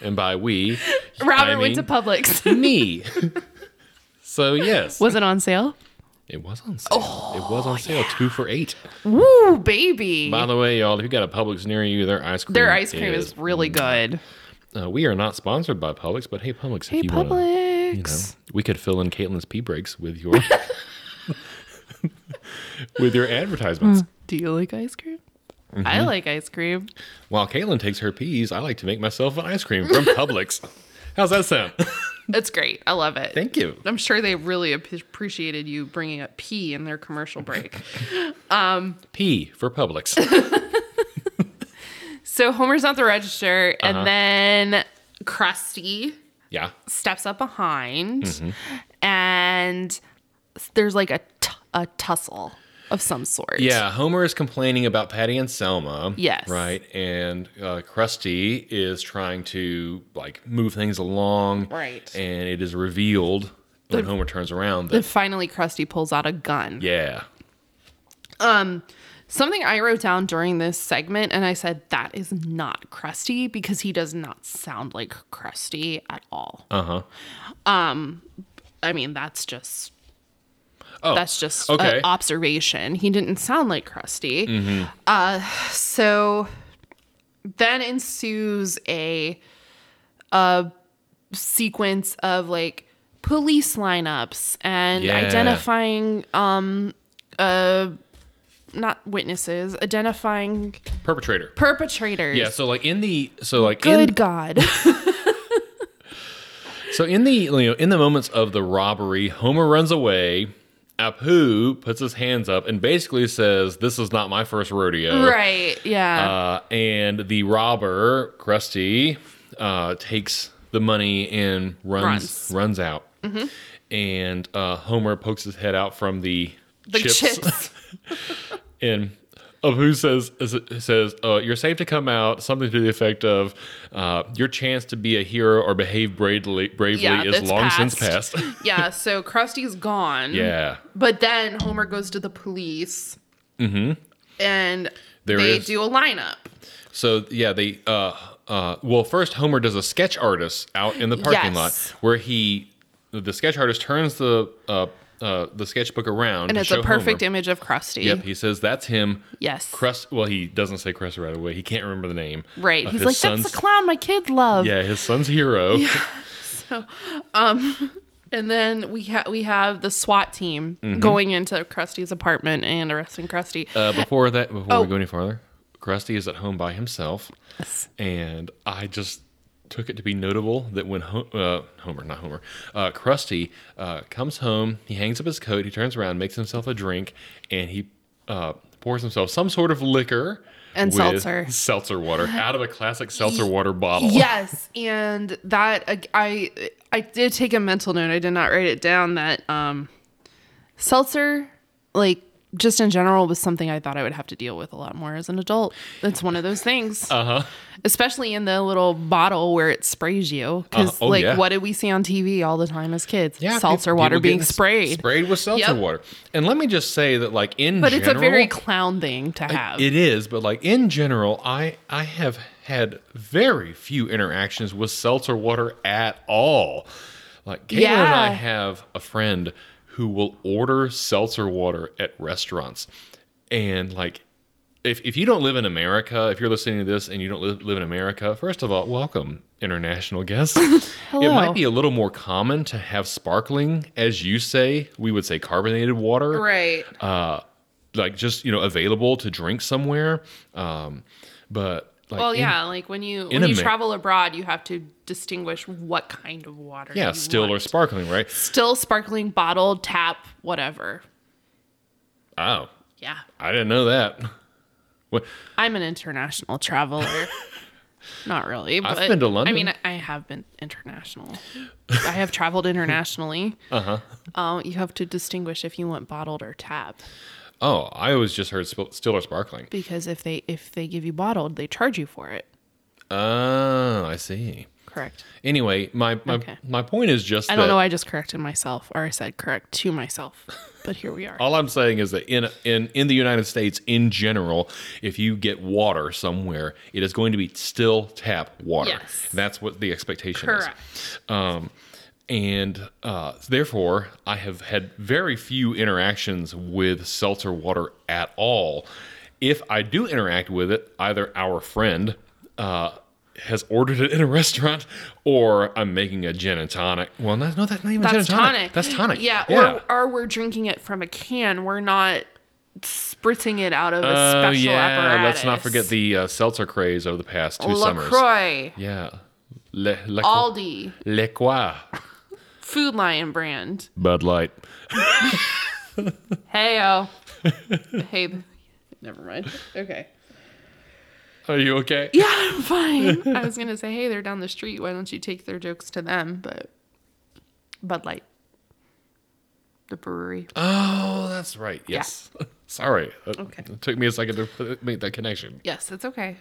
Speaker 1: and by we,
Speaker 2: Robert
Speaker 1: I
Speaker 2: went to
Speaker 1: mean-
Speaker 2: Publix.
Speaker 1: me. so yes,
Speaker 2: Was it on sale?
Speaker 1: it was on sale. it
Speaker 2: Oh,
Speaker 1: was on sale, two for eight.
Speaker 2: Woo, baby!
Speaker 1: By the way, y'all, if you got a Publix near you, their ice cream
Speaker 2: Their ice cream is, really
Speaker 1: mm,
Speaker 2: good.
Speaker 1: Uh, we are not sponsored by Publix, but hey, Publix,
Speaker 2: Hey,
Speaker 1: if you want to,
Speaker 2: Publix.
Speaker 1: you know, we could fill in Caitlin's pee breaks with your with your advertisements.
Speaker 2: Do you like ice cream?
Speaker 1: Mm-hmm.
Speaker 2: I like ice cream.
Speaker 1: While Caitlin takes her peas, I like to make myself an ice cream from Publix. How's that sound?
Speaker 2: It's great. I love it.
Speaker 1: Thank you.
Speaker 2: I'm sure they really ap- appreciated you bringing up pee in their commercial break.
Speaker 1: P for Publix.
Speaker 2: So Homer's at the register, and then Krusty
Speaker 1: Yeah.
Speaker 2: steps up behind, and there's like a, t- a tussle of some sort.
Speaker 1: Yeah, Homer is complaining about Patty and Selma.
Speaker 2: Yes.
Speaker 1: Right. And uh, Krusty is trying to like move things along.
Speaker 2: Right.
Speaker 1: And it is revealed when Homer turns around that
Speaker 2: And finally, Krusty pulls out a gun.
Speaker 1: yeah,
Speaker 2: Something I wrote down during this segment, and I said, that is not Krusty because he does not sound like Krusty at all. Uh huh.
Speaker 1: Uh-huh.
Speaker 2: Um, I mean, that's just.
Speaker 1: Oh,
Speaker 2: that's just
Speaker 1: okay. Mm-hmm.
Speaker 2: an observation. He didn't sound like Krusty. Uh, so then ensues a a sequence of like police lineups and
Speaker 1: Yeah.
Speaker 2: identifying um, uh, not witnesses, identifying
Speaker 1: perpetrator.
Speaker 2: perpetrators.
Speaker 1: Yeah, so like in the so like
Speaker 2: Good
Speaker 1: in
Speaker 2: God.
Speaker 1: So in the you know in the moments of the robbery, Homer runs away. Apu puts his hands up and basically says, "This is not my first rodeo."
Speaker 2: Right. Yeah.
Speaker 1: Uh, and the robber, Krusty, uh, takes the money and runs runs,
Speaker 2: Runs. Mm-hmm.
Speaker 1: out. And uh, Homer pokes his head out from the,
Speaker 2: the chips.
Speaker 1: and Abu says says uh, you're safe to come out. Something to the effect of uh, your chance to be a hero or behave bravely, bravely
Speaker 2: Yeah,
Speaker 1: is
Speaker 2: that's
Speaker 1: long since
Speaker 2: passed.
Speaker 1: past.
Speaker 2: yeah. So Krusty's gone.
Speaker 1: yeah,
Speaker 2: But then Homer goes to the police. Mm-hmm. And
Speaker 1: There
Speaker 2: they
Speaker 1: is-
Speaker 2: do a lineup.
Speaker 1: So yeah, they uh uh well first Homer does a sketch artist out in the parking
Speaker 2: Yes.
Speaker 1: lot where he the sketch artist turns the uh uh the sketchbook around
Speaker 2: And
Speaker 1: to
Speaker 2: it's
Speaker 1: show
Speaker 2: a perfect
Speaker 1: Homer.
Speaker 2: image of Krusty.
Speaker 1: Yep, he says that's him.
Speaker 2: Yes.
Speaker 1: Crest well he doesn't say Crest right away. He can't remember the name.
Speaker 2: right.
Speaker 1: of
Speaker 2: He's
Speaker 1: Uh, his
Speaker 2: like,
Speaker 1: son's-
Speaker 2: that's the clown my kid loved.
Speaker 1: Yeah, his son's hero.
Speaker 2: And then we ha- we have the SWAT team going into Krusty's apartment and arresting Krusty.
Speaker 1: Mm-hmm. Uh, before that before
Speaker 2: Oh.
Speaker 1: we go any farther, Krusty is at home by himself. and I just took it to be notable that when Ho- uh, Homer, not Homer, uh, Krusty uh, comes home, he hangs up his coat, he turns around, makes himself a drink, and he uh, pours himself some sort of liquor
Speaker 2: And
Speaker 1: with
Speaker 2: seltzer.
Speaker 1: seltzer water out of a classic seltzer water bottle.
Speaker 2: yes, and that I- I I did take a mental note. I did not write it down. That um, seltzer, like just in general, was something I thought I would have to deal with a lot more as an adult. It's one of those things, uh-huh. especially in the little bottle where it sprays you. Because
Speaker 1: Uh, oh,
Speaker 2: like,
Speaker 1: yeah.
Speaker 2: what did we see on TV all the time as kids?
Speaker 1: Yeah, pe-
Speaker 2: seltzer
Speaker 1: people
Speaker 2: water being
Speaker 1: getting s-
Speaker 2: sprayed.
Speaker 1: Sprayed with seltzer
Speaker 2: Yep.
Speaker 1: water. And let me just say that, like, in
Speaker 2: but it's a
Speaker 1: general-
Speaker 2: very clown thing to have.
Speaker 1: It is, but like in general, I I have had very few interactions with seltzer water at all. Like Kayla and I
Speaker 2: Yeah.
Speaker 1: have a friend who will order seltzer water at restaurants, and like. If, if you don't live in America, if you're listening to this and you don't live, live in America, first of all, welcome, international guests. It might be a little more common to have sparkling, as you say, we would say carbonated water
Speaker 2: right.
Speaker 1: uh, like just you know available to drink somewhere. Um, but like
Speaker 2: Well,
Speaker 1: in-
Speaker 2: yeah, like when you
Speaker 1: in
Speaker 2: when you
Speaker 1: Amer-
Speaker 2: travel abroad, you have to distinguish what kind of water.
Speaker 1: yeah,
Speaker 2: you
Speaker 1: still
Speaker 2: want.
Speaker 1: or sparkling, right?
Speaker 2: still sparkling bottled tap whatever.
Speaker 1: Oh,
Speaker 2: Yeah,
Speaker 1: I didn't know that. What?
Speaker 2: I'm an international traveler. Not really. But,
Speaker 1: been to London.
Speaker 2: I mean, I have been international. I have traveled internationally. Uh
Speaker 1: Uh-huh.
Speaker 2: huh. Um, you have to distinguish if you want bottled or tap,
Speaker 1: Oh, I always just heard sp- still or sparkling.
Speaker 2: because if they if they give you bottled, they charge you for it.
Speaker 1: Oh, I see.
Speaker 2: Correct.
Speaker 1: Anyway, my my,
Speaker 2: Okay.
Speaker 1: my point is just
Speaker 2: I don't
Speaker 1: that
Speaker 2: know. why I just corrected myself, or I said correct to myself. But here we are.
Speaker 1: all I'm saying is that in in in the United States in general, if you get water somewhere, it is going to be still tap water.
Speaker 2: Yes.
Speaker 1: That's what the expectation is.
Speaker 2: Correct.
Speaker 1: Um, and uh, therefore, I have had very few interactions with seltzer water at all. If I do interact with it, either our friend uh, has ordered it in a restaurant, or I'm making a gin and tonic. Well, no, no that's not even
Speaker 2: That's
Speaker 1: gin and tonic.
Speaker 2: tonic.
Speaker 1: That's tonic.
Speaker 2: Yeah, Or, or we're drinking it from a can. We're not spritzing it out of a
Speaker 1: Oh,
Speaker 2: special
Speaker 1: yeah.
Speaker 2: apparatus.
Speaker 1: Let's not forget the uh, seltzer craze over the past two summers.
Speaker 2: LaCroix,
Speaker 1: Yeah. Le, Le,
Speaker 2: Aldi,
Speaker 1: Le Croix.
Speaker 2: Food Lion brand.
Speaker 1: Bud Light.
Speaker 2: Heyo. hey. Never mind. Okay.
Speaker 1: Are you okay?
Speaker 2: Yeah, I'm fine. I was gonna say, hey, they're down the street. Why don't you take their jokes to them? But Bud Light, the brewery.
Speaker 1: Oh, that's right. Yes. Sorry. That-
Speaker 2: Okay.
Speaker 1: It took me a second to put- make that connection.
Speaker 2: yes, it's okay.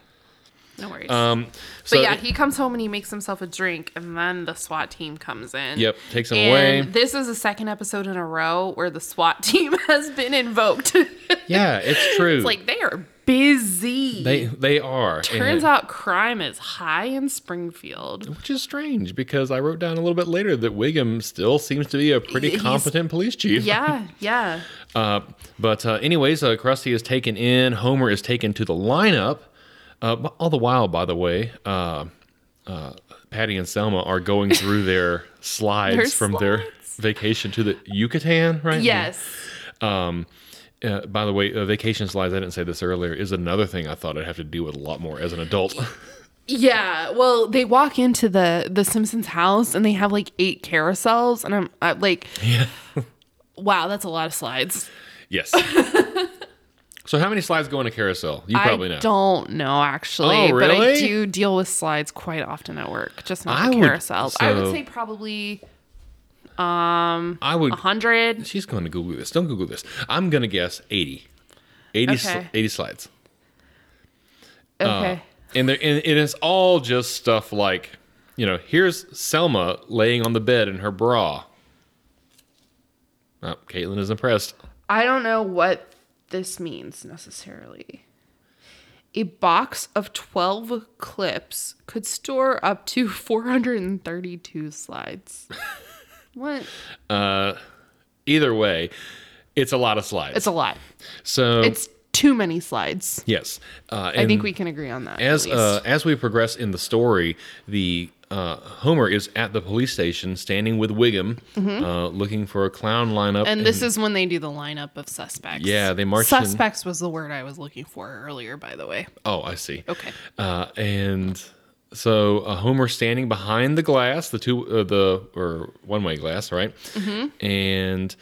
Speaker 2: No worries.
Speaker 1: Um,
Speaker 2: But
Speaker 1: so
Speaker 2: yeah, he comes home and he makes himself a drink, and then the SWAT team comes in.
Speaker 1: Yep, takes him
Speaker 2: and
Speaker 1: away.
Speaker 2: This is the second episode in a row where the SWAT team has been invoked. it's
Speaker 1: yeah, it's true.
Speaker 2: like they are busy.
Speaker 1: they they are.
Speaker 2: Turns out crime is high in Springfield.
Speaker 1: which is strange because I wrote down a little bit later that Wiggum still seems to be a pretty
Speaker 2: He's-
Speaker 1: competent police chief.
Speaker 2: Yeah, yeah.
Speaker 1: Uh, but uh, anyways, uh, Krusty is taken in. Homer is taken to the lineup. Uh, b- all the while, by the way, uh, uh, Patty and Selma are going through their slides
Speaker 2: Their
Speaker 1: from their vacation to the Yucatan, right?
Speaker 2: Yes.
Speaker 1: Um, uh, by the way, uh, vacation slides, I didn't say this earlier, is another thing I thought I'd have to deal with a lot more as an adult.
Speaker 2: Yeah, well, they walk into the the Simpsons house and they have like eight carousels, and I'm, i like, wow, that's a lot of slides.
Speaker 1: Yes. so how many slides go in a carousel? You probably
Speaker 2: I
Speaker 1: know.
Speaker 2: don't know actually,
Speaker 1: Oh,
Speaker 2: but I
Speaker 1: really?
Speaker 2: do deal with slides quite often at work, just not
Speaker 1: I
Speaker 2: the
Speaker 1: would-
Speaker 2: carousels. I would
Speaker 1: so-
Speaker 2: say probably
Speaker 1: I would.
Speaker 2: Uh-huh. hundred.
Speaker 1: She's going to Google this. Don't Google this. I'm going to guess 80. 80, sli-
Speaker 2: Okay.
Speaker 1: 80 slides. Oh.
Speaker 2: Okay.
Speaker 1: And, there, and it is all just stuff like, you know, here's Selma laying on the bed in her bra. Oh, Caitlin is impressed.
Speaker 2: I don't know what this means necessarily. A box of 12 clips could store up to 432 slides. what?
Speaker 1: Either way, it's a lot of slides.
Speaker 2: It's a lot.
Speaker 1: Oh. so
Speaker 2: It's too many slides.
Speaker 1: yes, uh,
Speaker 2: I
Speaker 1: and
Speaker 2: think we can agree on that.
Speaker 1: as
Speaker 2: at least.
Speaker 1: uh, as we progress in the story, the uh, Homer is at the police station, standing with Wiggum, uh, looking for a clown lineup.
Speaker 2: Mm-hmm. and this is when they do the lineup of suspects.
Speaker 1: Mm-hmm. Yeah, they march in-
Speaker 2: Suspects was the word I was looking for earlier, by the way.
Speaker 1: oh, I see.
Speaker 2: Okay.
Speaker 1: Uh, and so uh, Homer standing behind the glass, the two, uh, the or one way glass, right?
Speaker 2: Mm-hmm.
Speaker 1: And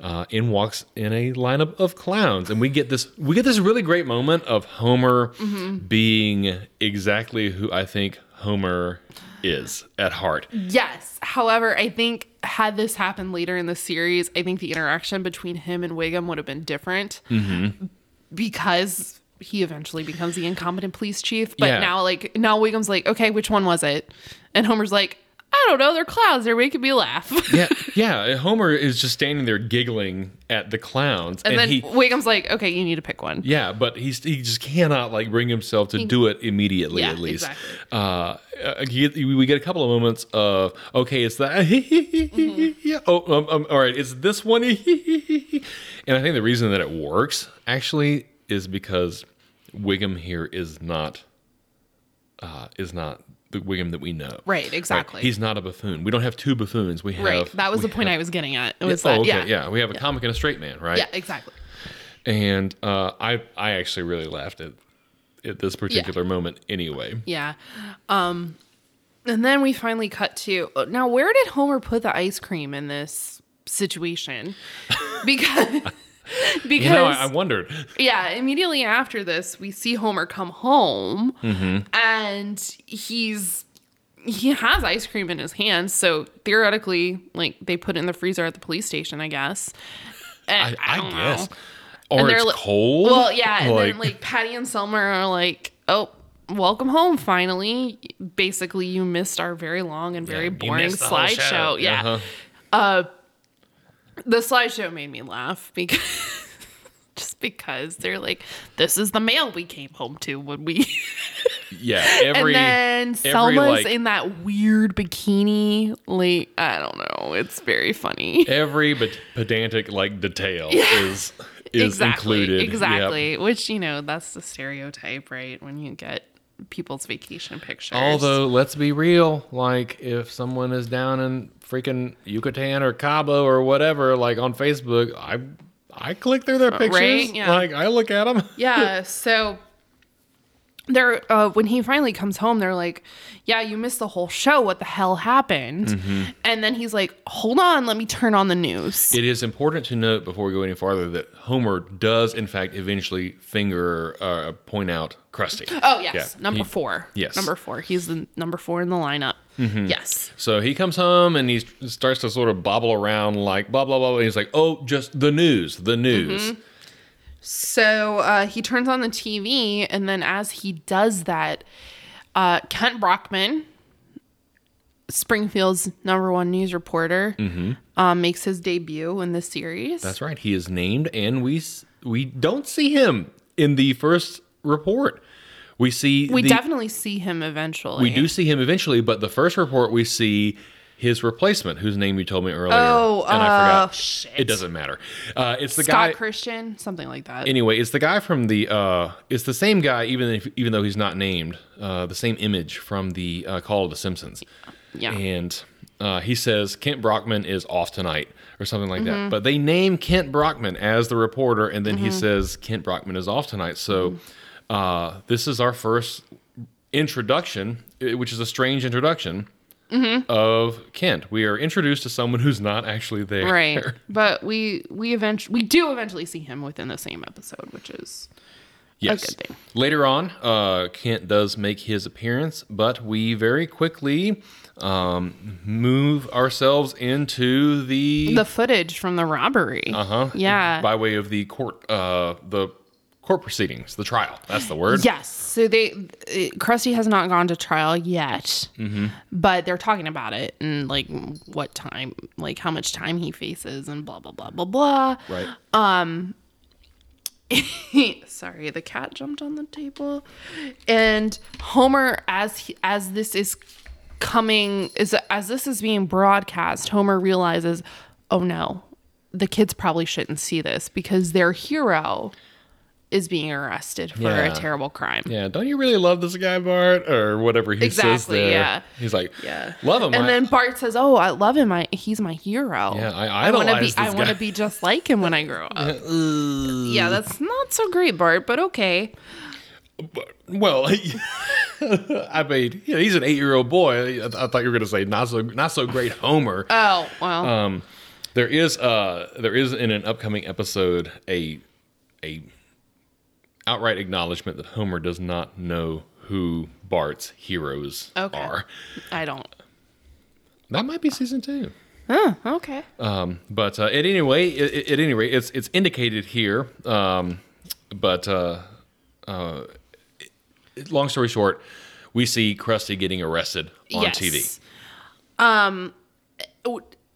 Speaker 1: uh, in walks in a lineup of clowns, and we get this we get this really great moment of Homer
Speaker 2: Mm-hmm.
Speaker 1: being exactly who I think Homer is at heart.
Speaker 2: Yes. However, I think had this happened later in the series, I think the interaction between him and Wiggum would have been different
Speaker 1: Mm-hmm.
Speaker 2: because he eventually becomes the incompetent police chief. But
Speaker 1: Yeah.
Speaker 2: now, like, now Wiggum's like, okay, which one was it? And Homer's like, I don't know. They're clowns. They're making me laugh.
Speaker 1: yeah, yeah. Homer is just standing there giggling at the clowns, and,
Speaker 2: and then
Speaker 1: he,
Speaker 2: Wiggum's like, okay, you need to pick one.
Speaker 1: yeah, but he's he just cannot like bring himself to do it immediately.
Speaker 2: Yeah,
Speaker 1: at least,
Speaker 2: exactly.
Speaker 1: uh, uh, he- we get a couple of moments of okay, it's that.
Speaker 2: Mm-hmm.
Speaker 1: Oh, um, um, all right, it's this one. and I think the reason that it works actually is because Wiggum here is not uh, is not the Wiggum that we know.
Speaker 2: Right. Exactly.
Speaker 1: He's not a buffoon. We don't have two buffoons. We have
Speaker 2: right. That was
Speaker 1: we
Speaker 2: the point I was getting at. It was
Speaker 1: oh,
Speaker 2: that,
Speaker 1: okay,
Speaker 2: yeah.
Speaker 1: yeah. We have a comic and a straight man, right?
Speaker 2: Yeah, Exactly.
Speaker 1: And uh, I, I actually really laughed at at this particular moment. Anyway,
Speaker 2: Yeah. Um, and then we finally cut to now. Where did Homer put the ice cream in this situation? Because because
Speaker 1: you know, I, I wondered.
Speaker 2: yeah, immediately after this, we see Homer come home,
Speaker 1: Mm-hmm.
Speaker 2: and he's he has ice cream in his hand. So theoretically, like they put it in the freezer at the police station, I guess.
Speaker 1: I,
Speaker 2: And
Speaker 1: I,
Speaker 2: don't know.
Speaker 1: guess, or
Speaker 2: they're
Speaker 1: it's
Speaker 2: like-
Speaker 1: cold.
Speaker 2: Well, yeah, and then like Patty and Selma are like, "Oh, welcome home, finally." Basically, you missed our very long and very
Speaker 1: you
Speaker 2: boring
Speaker 1: missed the whole show.
Speaker 2: slideshow. Yeah, Uh,
Speaker 1: Uh-huh.
Speaker 2: the slideshow made me laugh because just because they're like, "This is the mail we came home to when we,"
Speaker 1: yeah. Every
Speaker 2: and then Selma's
Speaker 1: like-
Speaker 2: in that weird bikini. Like, I don't know, it's very funny.
Speaker 1: every but pedantic like detail is is
Speaker 2: exactly,
Speaker 1: included. Yep.
Speaker 2: exactly. Which you know, that's the stereotype, right? When you get people's vacation pictures.
Speaker 1: Although, let's be real, like if someone is down in freaking Yucatan or Cabo or whatever, like on Facebook, I I click through their pictures,
Speaker 2: Uh, Yeah.
Speaker 1: like I look at them.
Speaker 2: Yeah. So they're uh, when he finally comes home, they're like, "Yeah, you missed the whole show. What the hell happened?"
Speaker 1: Mm-hmm.
Speaker 2: And then he's like, "Hold on, let me turn on the news."
Speaker 1: It is important to note before we go any farther that Homer does, in fact, eventually finger uh, point out Krusty.
Speaker 2: oh yes,
Speaker 1: Yeah.
Speaker 2: number
Speaker 1: He-
Speaker 2: four.
Speaker 1: yes. Mm-hmm.
Speaker 2: number four. He's the number four in the lineup. Yes.
Speaker 1: So he comes home and he s- starts to sort of bobble around like blah blah blah. And he's like, "Oh, just the news, the news."
Speaker 2: Mm-hmm. So uh, he turns on the TV, and then as he does that, uh, Kent Brockman, Springfield's number one news reporter, um, makes his debut in this series.
Speaker 1: Mm-hmm. That's right. He is named, and we s- we don't see him in the first report. We see
Speaker 2: We
Speaker 1: the-
Speaker 2: definitely see him eventually.
Speaker 1: we do see him eventually, but the first report we see his replacement, whose name you told me earlier,
Speaker 2: Oh,
Speaker 1: and I
Speaker 2: uh,
Speaker 1: forgot.
Speaker 2: shit.
Speaker 1: It doesn't matter. Uh, it's the
Speaker 2: Scott
Speaker 1: guy.
Speaker 2: Christian, something like that.
Speaker 1: anyway, it's the guy from the. Uh, it's the same guy, even if, even though he's not named. Uh, the same image from the uh, Call of the Simpsons.
Speaker 2: yeah.
Speaker 1: And uh, he says Kent Brockman is off tonight or something like
Speaker 2: Mm-hmm.
Speaker 1: that. But they name Kent Brockman as the reporter,
Speaker 2: Mm-hmm.
Speaker 1: and then he says Kent Brockman is off tonight. So uh, this is our first introduction, eh, which is a strange introduction
Speaker 2: Mm-hmm.
Speaker 1: of Kent. We are introduced to someone who's not actually there.
Speaker 2: Right. But we we eventually we do eventually see him within the same episode, which is
Speaker 1: Yes.
Speaker 2: Oh, good thing.
Speaker 1: Later on, uh, Kent does make his appearance, but we very quickly um, move ourselves into the,
Speaker 2: the footage from the robbery.
Speaker 1: uh huh
Speaker 2: Yeah.
Speaker 1: by way of the court uh, the court proceedings, the trial. That's the word.
Speaker 2: Yes. So they, uh, Krusty has not gone to trial yet, but they're talking about it and like what time, like how much time he faces and blah, blah, blah, blah, blah.
Speaker 1: Right.
Speaker 2: Sorry, the cat jumped on the table. And Homer, as he, as this is coming, is as this is being broadcast, Homer realizes, oh no, the kids probably shouldn't see this because their hero is being arrested for
Speaker 1: Yeah.
Speaker 2: a terrible crime.
Speaker 1: yeah. Don't you really love this guy, Bart, or whatever he says
Speaker 2: Exactly,
Speaker 1: there?
Speaker 2: yeah.
Speaker 1: He's like,
Speaker 2: Yeah.
Speaker 1: love him.
Speaker 2: And
Speaker 1: I-
Speaker 2: then Bart says, "Oh, I love him. I, he's my hero.
Speaker 1: Yeah, I
Speaker 2: wanna
Speaker 1: idolize
Speaker 2: be.
Speaker 1: this
Speaker 2: I want
Speaker 1: guy."
Speaker 2: to be just like him when I grow up." yeah, that's not so great, Bart, but okay.
Speaker 1: Well, I mean, yeah, he's an eight-year-old boy. I, I thought you were going to say not so not so great Homer.
Speaker 2: Oh well.
Speaker 1: Um, there is uh, there is in an upcoming episode a a outright acknowledgement that Homer does not know who Bart's heroes
Speaker 2: Okay.
Speaker 1: are.
Speaker 2: I don't.
Speaker 1: That might be season two.
Speaker 2: Oh, okay.
Speaker 1: Um, but uh, at any way, at, at any rate, it's it's indicated here. Um, but uh, uh, it- long story short, we see Krusty getting arrested on TV.
Speaker 2: Um,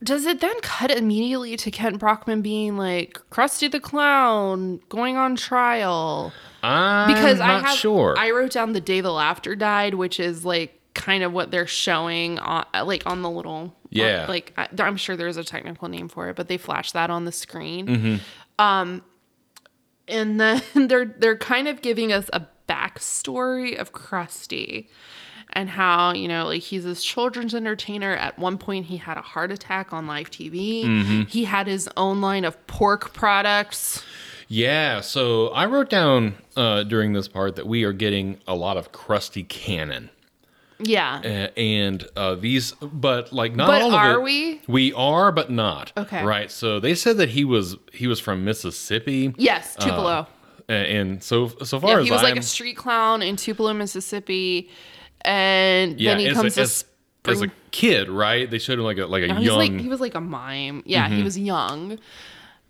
Speaker 2: does it then cut immediately to Kent Brockman being like Krusty the Clown going on trial?
Speaker 1: I'm
Speaker 2: because
Speaker 1: not
Speaker 2: I have,
Speaker 1: sure.
Speaker 2: I wrote down the day the laughter died, which is like kind of what they're showing on uh, like on the little
Speaker 1: Yeah.
Speaker 2: like I, I'm sure there's a technical name for it, but they flash that on the screen.
Speaker 1: Mm-hmm.
Speaker 2: Um, and then they're they're kind of giving us a backstory of Krusty. And how, you know, like he's this children's entertainer. At one point, he had a heart attack on live TV.
Speaker 1: Mm-hmm.
Speaker 2: He had his own line of pork products.
Speaker 1: yeah, so I wrote down uh, during this part that we are getting a lot of Krusty canon.
Speaker 2: Yeah.
Speaker 1: Uh, and uh, these, but like not
Speaker 2: But
Speaker 1: all of
Speaker 2: are
Speaker 1: it.
Speaker 2: we?
Speaker 1: We are, but not.
Speaker 2: Okay.
Speaker 1: Right. So they said that he was he was from Mississippi.
Speaker 2: yes, Tupelo.
Speaker 1: A- and so so Uh, far
Speaker 2: Yeah,
Speaker 1: as
Speaker 2: he was
Speaker 1: I'm,
Speaker 2: like a street clown in Tupelo, Mississippi, and
Speaker 1: yeah,
Speaker 2: then he
Speaker 1: as,
Speaker 2: comes
Speaker 1: a,
Speaker 2: to
Speaker 1: as,
Speaker 2: spring.
Speaker 1: as a kid, right? They showed him like a like a
Speaker 2: he was
Speaker 1: young. Mm-hmm.
Speaker 2: like he was like a mime. Yeah, he was young,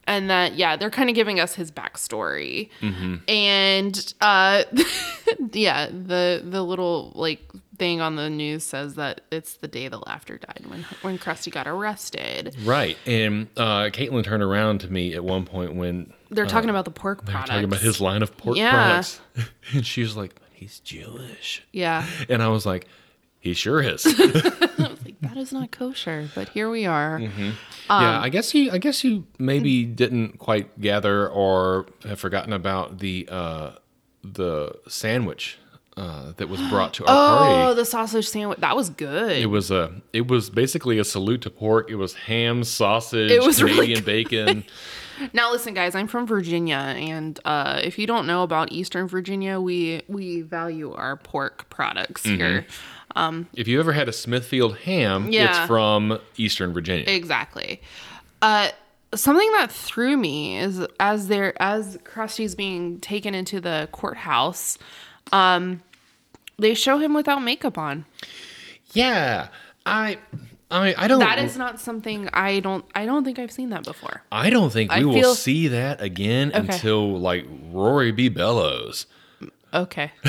Speaker 2: and that yeah, they're kind of giving us his backstory,
Speaker 1: Mm-hmm.
Speaker 2: and uh, yeah, the the little like thing on the news says that it's the day the laughter died when when Krusty got arrested.
Speaker 1: Right, and uh, Caitlin turned around to me at one point when
Speaker 2: They're talking about the pork
Speaker 1: they were
Speaker 2: products.
Speaker 1: Uh, talking about his line of pork
Speaker 2: Yeah.
Speaker 1: products, and she was like, "He's Jewish,"
Speaker 2: yeah.
Speaker 1: and I was like, "He sure is."
Speaker 2: Like, that is not kosher, but here we are.
Speaker 1: Mm-hmm.
Speaker 2: Um,
Speaker 1: yeah, I guess you, I guess you maybe didn't quite gather or have forgotten about the uh, the sandwich uh, that was brought to our party.
Speaker 2: Oh, the sausage sandwich. That was good.
Speaker 1: It was a. It was basically a salute to pork. It was ham, sausage,
Speaker 2: It was really
Speaker 1: Canadian bacon.
Speaker 2: Now listen, guys. I'm from Virginia, and uh, if you don't know about Eastern Virginia, we we value our pork products here.
Speaker 1: If you ever had a Smithfield ham,
Speaker 2: Yeah.
Speaker 1: it's from Eastern Virginia.
Speaker 2: Exactly. Uh, something that threw me is as there as Krusty's being taken into the courthouse, um, they show him without makeup on.
Speaker 1: yeah, I, I, I don't.
Speaker 2: That is not something I don't I don't think I've seen that before.
Speaker 1: I don't think we will
Speaker 2: feel-
Speaker 1: see that again until like Rory B. Bellows.
Speaker 2: Okay.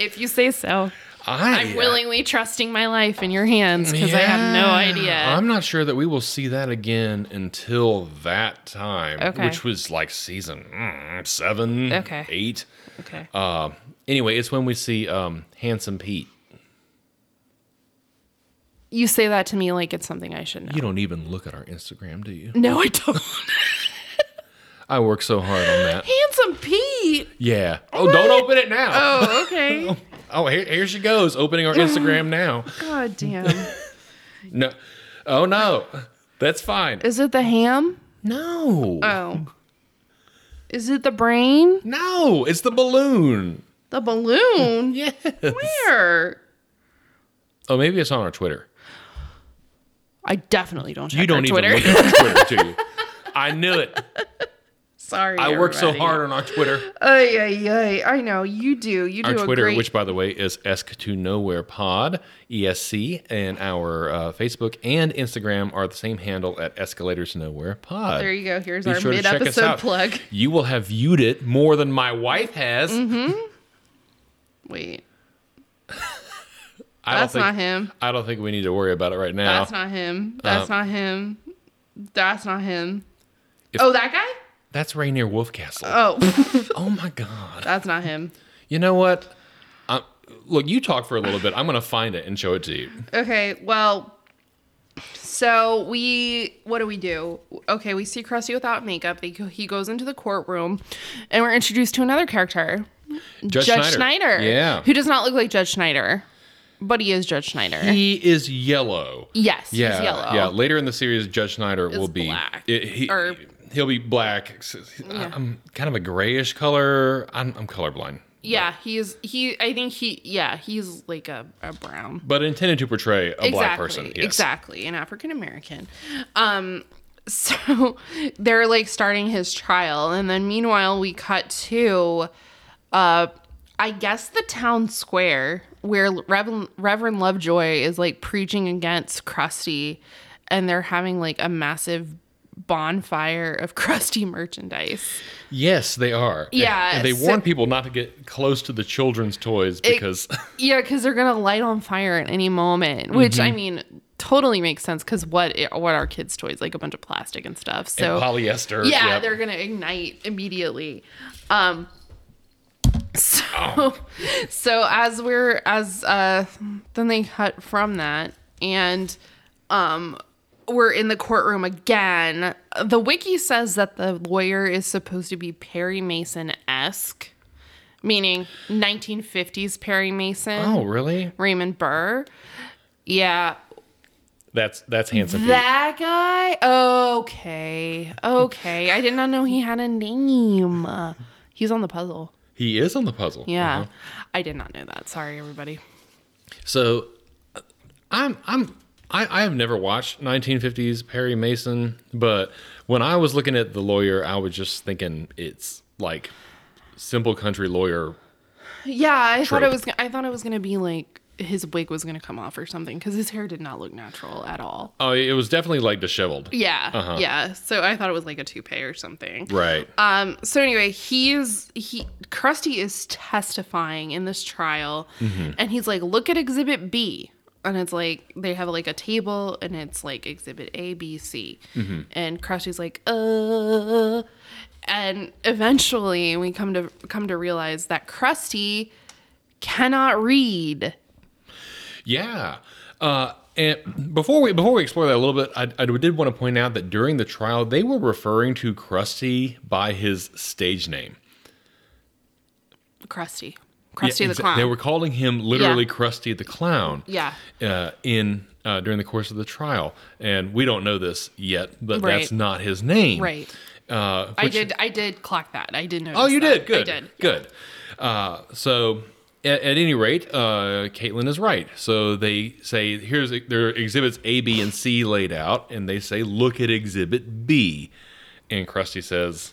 Speaker 2: if you say so.
Speaker 1: I,
Speaker 2: I'm willingly trusting my life in your hands because I have no
Speaker 1: Yeah.
Speaker 2: idea.
Speaker 1: I'm not sure that we will see that again until that time,
Speaker 2: Okay.
Speaker 1: which was like season mm, seven,
Speaker 2: Okay.
Speaker 1: eight.
Speaker 2: okay.
Speaker 1: Uh, anyway, it's when we see um, Handsome Pete.
Speaker 2: You say that to me like it's something I should know.
Speaker 1: You don't even look at our Instagram, do you?
Speaker 2: No, I don't.
Speaker 1: I work so hard on that.
Speaker 2: Handsome Pete.
Speaker 1: Yeah. Oh, don't open it now.
Speaker 2: Oh, okay.
Speaker 1: Oh, here, here she goes, opening our Instagram now.
Speaker 2: God damn.
Speaker 1: No. Oh, no. That's fine.
Speaker 2: Is it the ham?
Speaker 1: No.
Speaker 2: Oh. Is it the brain?
Speaker 1: No, it's the balloon.
Speaker 2: The balloon?
Speaker 1: Yes.
Speaker 2: Where?
Speaker 1: Oh, maybe it's on our Twitter.
Speaker 2: I definitely don't check
Speaker 1: You don't
Speaker 2: our
Speaker 1: even
Speaker 2: Twitter.
Speaker 1: look at Twitter, do you? I knew it.
Speaker 2: Sorry.
Speaker 1: I work so
Speaker 2: everybody.
Speaker 1: hard on our Twitter.
Speaker 2: Ay, ay, ay. I know. You do. You
Speaker 1: Our
Speaker 2: do a
Speaker 1: Twitter,
Speaker 2: Oh, great
Speaker 1: which by the way is Esk to Nowhere Pod ESC, and our uh, Facebook and Instagram are the same handle at Escalators to Nowhere Pod.
Speaker 2: There you go. Here's
Speaker 1: Be
Speaker 2: our
Speaker 1: sure to
Speaker 2: mid
Speaker 1: check us
Speaker 2: episode
Speaker 1: out.
Speaker 2: plug.
Speaker 1: You will have viewed it more than my wife has.
Speaker 2: Mm-hmm. Wait,
Speaker 1: I don't
Speaker 2: that's
Speaker 1: think,
Speaker 2: not him.
Speaker 1: I don't think we need to worry about it right now.
Speaker 2: That's not him. That's
Speaker 1: Um,
Speaker 2: not him. That's not him.
Speaker 1: If-
Speaker 2: Oh, that guy?
Speaker 1: That's Rainier Wolfcastle.
Speaker 2: Oh,
Speaker 1: oh my god!
Speaker 2: that's not him.
Speaker 1: You know what? i look, you talk for a little bit. I'm gonna find it and show it to you.
Speaker 2: Okay, well, so we, what do we do? Okay, we see Krusty without makeup. They, go- he goes into the courtroom, and we're introduced to another character,
Speaker 1: Judge,
Speaker 2: Judge Schneider.
Speaker 1: Schneider. Yeah.
Speaker 2: Who does not look like Judge Schneider, but he is Judge Schneider.
Speaker 1: He is yellow.
Speaker 2: yes,
Speaker 1: Yeah,
Speaker 2: he's yellow.
Speaker 1: yeah. Later in the series, Judge Schneider will be
Speaker 2: black.
Speaker 1: it- he,
Speaker 2: Or-
Speaker 1: will be black. I'm kind of a grayish color. I'm, I'm colorblind,
Speaker 2: Yeah, he's he. I think he. Yeah, he's like a, a brown.
Speaker 1: but intended to portray a black person. Yes.
Speaker 2: Exactly, an African American. Um, so they're like starting his trial, and then meanwhile we cut to, uh, I guess the town square where Reverend Reverend Lovejoy is like preaching against Krusty, and they're having like a massive bonfire of Krusty merchandise.
Speaker 1: Yes, they are. And-
Speaker 2: Yeah,
Speaker 1: and they
Speaker 2: so-
Speaker 1: warn people not to get close to the children's toys because
Speaker 2: Yeah, because they're gonna light on fire at any moment. Which
Speaker 1: Mm-hmm.
Speaker 2: I mean, totally makes sense. Because what what are kids' toys like? A bunch of plastic and stuff. So
Speaker 1: polyester.
Speaker 2: yeah,
Speaker 1: yep.
Speaker 2: they're gonna ignite immediately. Um, so
Speaker 1: Oh.
Speaker 2: so as we're as uh, then they cut from that and um. We're in the courtroom again. The wiki says that the lawyer is supposed to be Perry Mason esque, meaning 1950s Perry Mason.
Speaker 1: Oh, really?
Speaker 2: Raymond Burr. Yeah.
Speaker 1: That's that's handsome. Pete.
Speaker 2: That guy? Okay. Okay. I did not know he had a name. Uh, He's on the puzzle.
Speaker 1: He is on the puzzle. Uh-huh.
Speaker 2: Yeah. I did not know that. Sorry, everybody.
Speaker 1: So I'm I'm I, I have never watched 1950s Perry Mason, but when I was looking at the lawyer, I was just thinking it's like simple country lawyer.
Speaker 2: Yeah, I thought it
Speaker 1: Trope.
Speaker 2: was I thought it was going to be like his wig was going to come off or something cuz his hair did not look natural at all.
Speaker 1: Oh, it was definitely like disheveled.
Speaker 2: Yeah. Uh-huh. Yeah. So I thought it was like a toupee or something.
Speaker 1: Right.
Speaker 2: Um, so anyway, he's he Krusty is testifying in this trial,
Speaker 1: Mm-hmm.
Speaker 2: and he's like, "Look at Exhibit B," and it's like they have like a table, and it's like Exhibit A, B, C.
Speaker 1: Mm-hmm.
Speaker 2: and Krusty's like, "Uh," and eventually we come to come to realize that Krusty cannot read.
Speaker 1: Yeah. Uh, and before we before we explore that a little bit, I, I did want to point out that during the trial, they were referring to Krusty by his stage name.
Speaker 2: Krusty, Krusty
Speaker 1: Yeah,
Speaker 2: the
Speaker 1: exa-
Speaker 2: clown.
Speaker 1: They were calling him literally Krusty the Clown.
Speaker 2: yeah.
Speaker 1: uh, in uh, during the course of the trial, and we don't know this yet, but
Speaker 2: Right.
Speaker 1: that's not his name.
Speaker 2: Right.
Speaker 1: Uh,
Speaker 2: I did. I did clock that. I did notice.
Speaker 1: oh, you did.
Speaker 2: that.
Speaker 1: Good.
Speaker 2: I did.
Speaker 1: Good. Uh, so. At, at any rate, uh, Caitlin is right. So they say here's their exhibits A, B, and C laid out, and they say look at exhibit B, and Krusty says,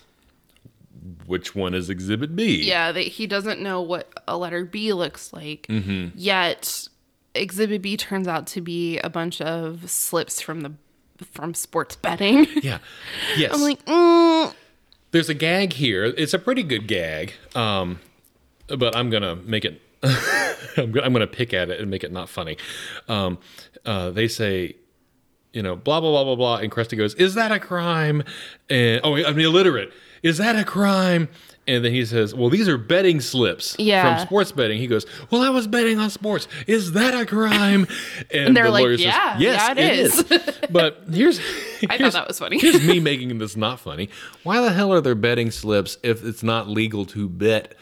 Speaker 1: which one is exhibit B?
Speaker 2: Yeah, that he doesn't know what a letter B looks like.
Speaker 1: Mm-hmm.
Speaker 2: Yet Exhibit B turns out to be a bunch of slips from the from sports betting.
Speaker 1: yeah, yes.
Speaker 2: I'm like, mm,
Speaker 1: There's a gag here. It's a pretty good gag, um, but I'm gonna make it. I'm, gonna, I'm gonna pick at it and make it not funny. Um, uh, they say, you know, blah blah blah blah blah, and Krusty goes, "Is that a crime?" And oh, I'm illiterate. Is that a crime? And then he says, "Well, these are betting slips
Speaker 2: Yeah.
Speaker 1: from sports betting." He goes, "Well, I was betting on sports. Is that a crime?" And,
Speaker 2: they're like,
Speaker 1: lawyer says,
Speaker 2: "Yeah, yeah, it is."
Speaker 1: but here's,
Speaker 2: I thought
Speaker 1: here's-
Speaker 2: that was funny.
Speaker 1: here's me making this not funny. Why the hell are there betting slips if it's not legal to bet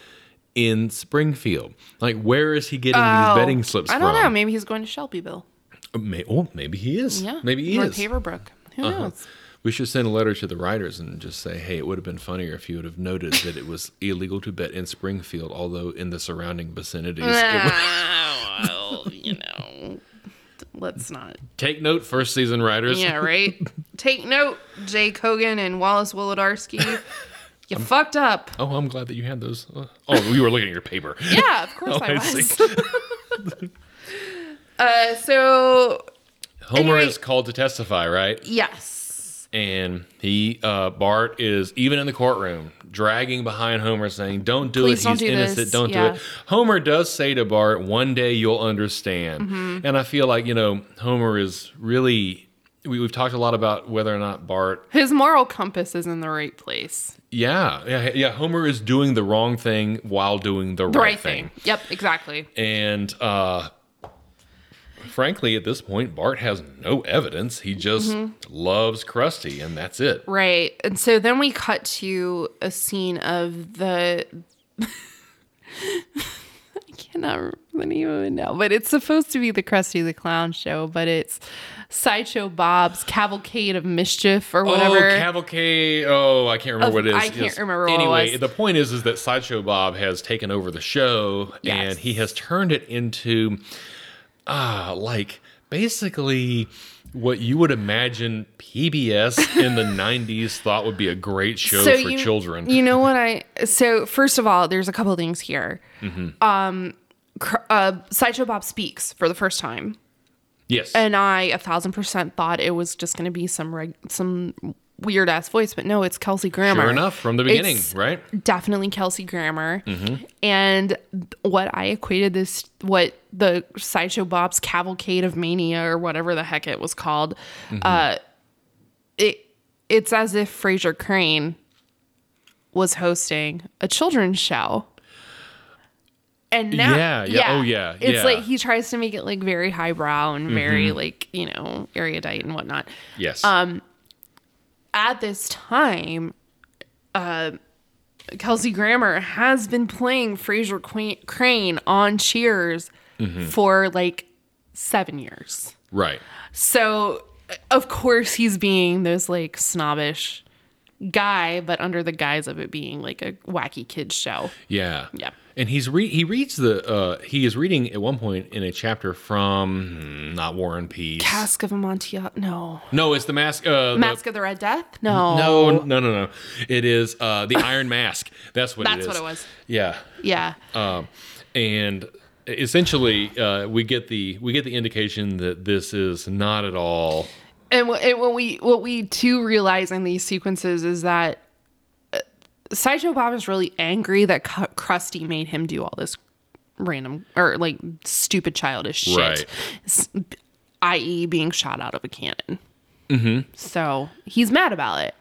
Speaker 1: in Springfield? Like, where is he getting
Speaker 2: oh,
Speaker 1: these betting slips
Speaker 2: I don't know.
Speaker 1: from?
Speaker 2: Maybe he's going to Shelbyville.
Speaker 1: May- oh, maybe he is.
Speaker 2: Yeah,
Speaker 1: Maybe he
Speaker 2: or
Speaker 1: is. Uh-huh.
Speaker 2: Paverbrook. Who knows?
Speaker 1: We We should send a letter to the writers and just say, hey, it would have been funnier if you would have noted that it was illegal to bet in Springfield, although in the surrounding vicinities. it was-
Speaker 2: Ah, well, you know, let's not.
Speaker 1: Take note, first season writers.
Speaker 2: Yeah, right. Take note, Jay Kogan and Wallace Wolodarski. You fucked up.
Speaker 1: Oh, I'm glad that you had those. Uh, Oh, you were looking at your paper.
Speaker 2: Yeah, of course
Speaker 1: Oh,
Speaker 2: I
Speaker 1: I
Speaker 2: was.
Speaker 1: see.
Speaker 2: uh, so
Speaker 1: Homer
Speaker 2: Anyway.
Speaker 1: is called to testify, right?
Speaker 2: yes,
Speaker 1: And he, uh, Bart is even in the courtroom, dragging behind Homer, saying, "Don't do
Speaker 2: Please
Speaker 1: it.
Speaker 2: don't
Speaker 1: He's
Speaker 2: do
Speaker 1: innocent.
Speaker 2: this."
Speaker 1: Don't
Speaker 2: Yeah.
Speaker 1: do it." Homer does say to Bart, "One day you'll understand."
Speaker 2: Mm-hmm.
Speaker 1: And I feel like you know Homer is really. We, we've talked a lot about whether or not Bart
Speaker 2: his moral compass is in the right place.
Speaker 1: Yeah, yeah, yeah. Homer is doing the wrong thing while doing the,
Speaker 2: The
Speaker 1: right,
Speaker 2: right
Speaker 1: thing.
Speaker 2: thing. Yep, exactly.
Speaker 1: and uh, frankly, at this point, Bart has no evidence. He just
Speaker 2: Mm-hmm.
Speaker 1: loves Krusty, and that's it.
Speaker 2: Right. And so then we cut to a scene of the. I cannot remember the name of it now, but it's supposed to be the Krusty the Clown show, but it's Sideshow Bob's Cavalcade of Mischief or whatever.
Speaker 1: Oh, Cavalcade. Oh, I can't remember
Speaker 2: Of-
Speaker 1: what it is.
Speaker 2: I can't remember what it
Speaker 1: anyway,
Speaker 2: was.
Speaker 1: the point is, is that Sideshow Bob has taken over the show,
Speaker 2: Yes.
Speaker 1: and he has turned it into, ah, like basically. What you would imagine PBS in the '90s thought would be a great show for
Speaker 2: you-
Speaker 1: children.
Speaker 2: You know what I? So first of all, there's a couple things here.
Speaker 1: Mm-hmm.
Speaker 2: Um, cr- uh, Sideshow Bob speaks for the first time,
Speaker 1: yes,
Speaker 2: and I a thousand percent thought it was just going to be some reg- some weird ass voice, but no, it's Kelsey Grammer.
Speaker 1: Sure enough, from the beginning,
Speaker 2: It's
Speaker 1: right?
Speaker 2: Definitely Kelsey Grammer.
Speaker 1: Mm-hmm.
Speaker 2: And what I equated this, what the Sideshow Bob's Cavalcade of Mania or whatever the heck it was called,
Speaker 1: Mm-hmm.
Speaker 2: uh, it it's as if Fraser Crane was hosting a children's show. And now,
Speaker 1: Yeah, yeah, oh, yeah,
Speaker 2: It's
Speaker 1: yeah. Mm-hmm.
Speaker 2: like he tries to make it like very highbrow and very like you know erudite and whatnot
Speaker 1: Yes.
Speaker 2: um, at this time, uh, Kelsey Grammer has been playing Fraser Qua- Crane on Cheers for like seven years.
Speaker 1: right.
Speaker 2: So, uh, of course, he's being this like snobbish guy, but under the guise of it being like a wacky kids show.
Speaker 1: Yeah.
Speaker 2: Yeah.
Speaker 1: And he's re- he reads the uh, he is reading at one point in a chapter from hmm, not War and Peace.
Speaker 2: Mask of Amontillado? No.
Speaker 1: no, it's the mask. Uh, the-
Speaker 2: Mask of the Red Death? No.
Speaker 1: no, no, no, no. It is uh, the Iron Mask. That's what.
Speaker 2: That's
Speaker 1: it is.
Speaker 2: what it was.
Speaker 1: Yeah.
Speaker 2: Yeah.
Speaker 1: Um, and essentially, uh, we get the we get the indication that this is not at all
Speaker 2: and, wh- and what we what we too realize in these sequences is that uh, Sideshow Bob is really angry that Cu- Krusty made him do all this random or like stupid childish shit,
Speaker 1: Right.
Speaker 2: S- i.e., being shot out of a cannon. Mm-hmm. So he's mad about it.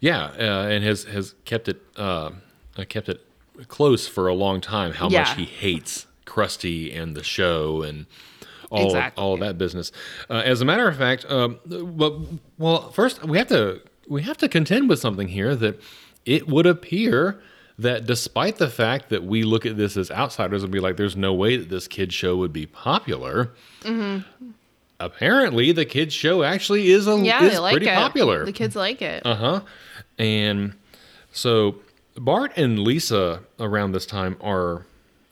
Speaker 1: Yeah, uh, and has has kept it uh, uh, kept it close for a long time. How
Speaker 2: Yeah.
Speaker 1: much he hates Krusty and the show and all
Speaker 2: Exactly.
Speaker 1: all of that business. Uh, as a matter of fact, um, well, well, first we have to we have to contend with something here that it would appear. That despite the fact that we look at this as outsiders and be like, there's no way that this kid show would be popular,
Speaker 2: Mm-hmm.
Speaker 1: apparently the kid show actually is a
Speaker 2: Yeah,
Speaker 1: is
Speaker 2: they like
Speaker 1: pretty
Speaker 2: it.
Speaker 1: popular.
Speaker 2: The kids like it.
Speaker 1: Uh huh. And so Bart and Lisa around this time are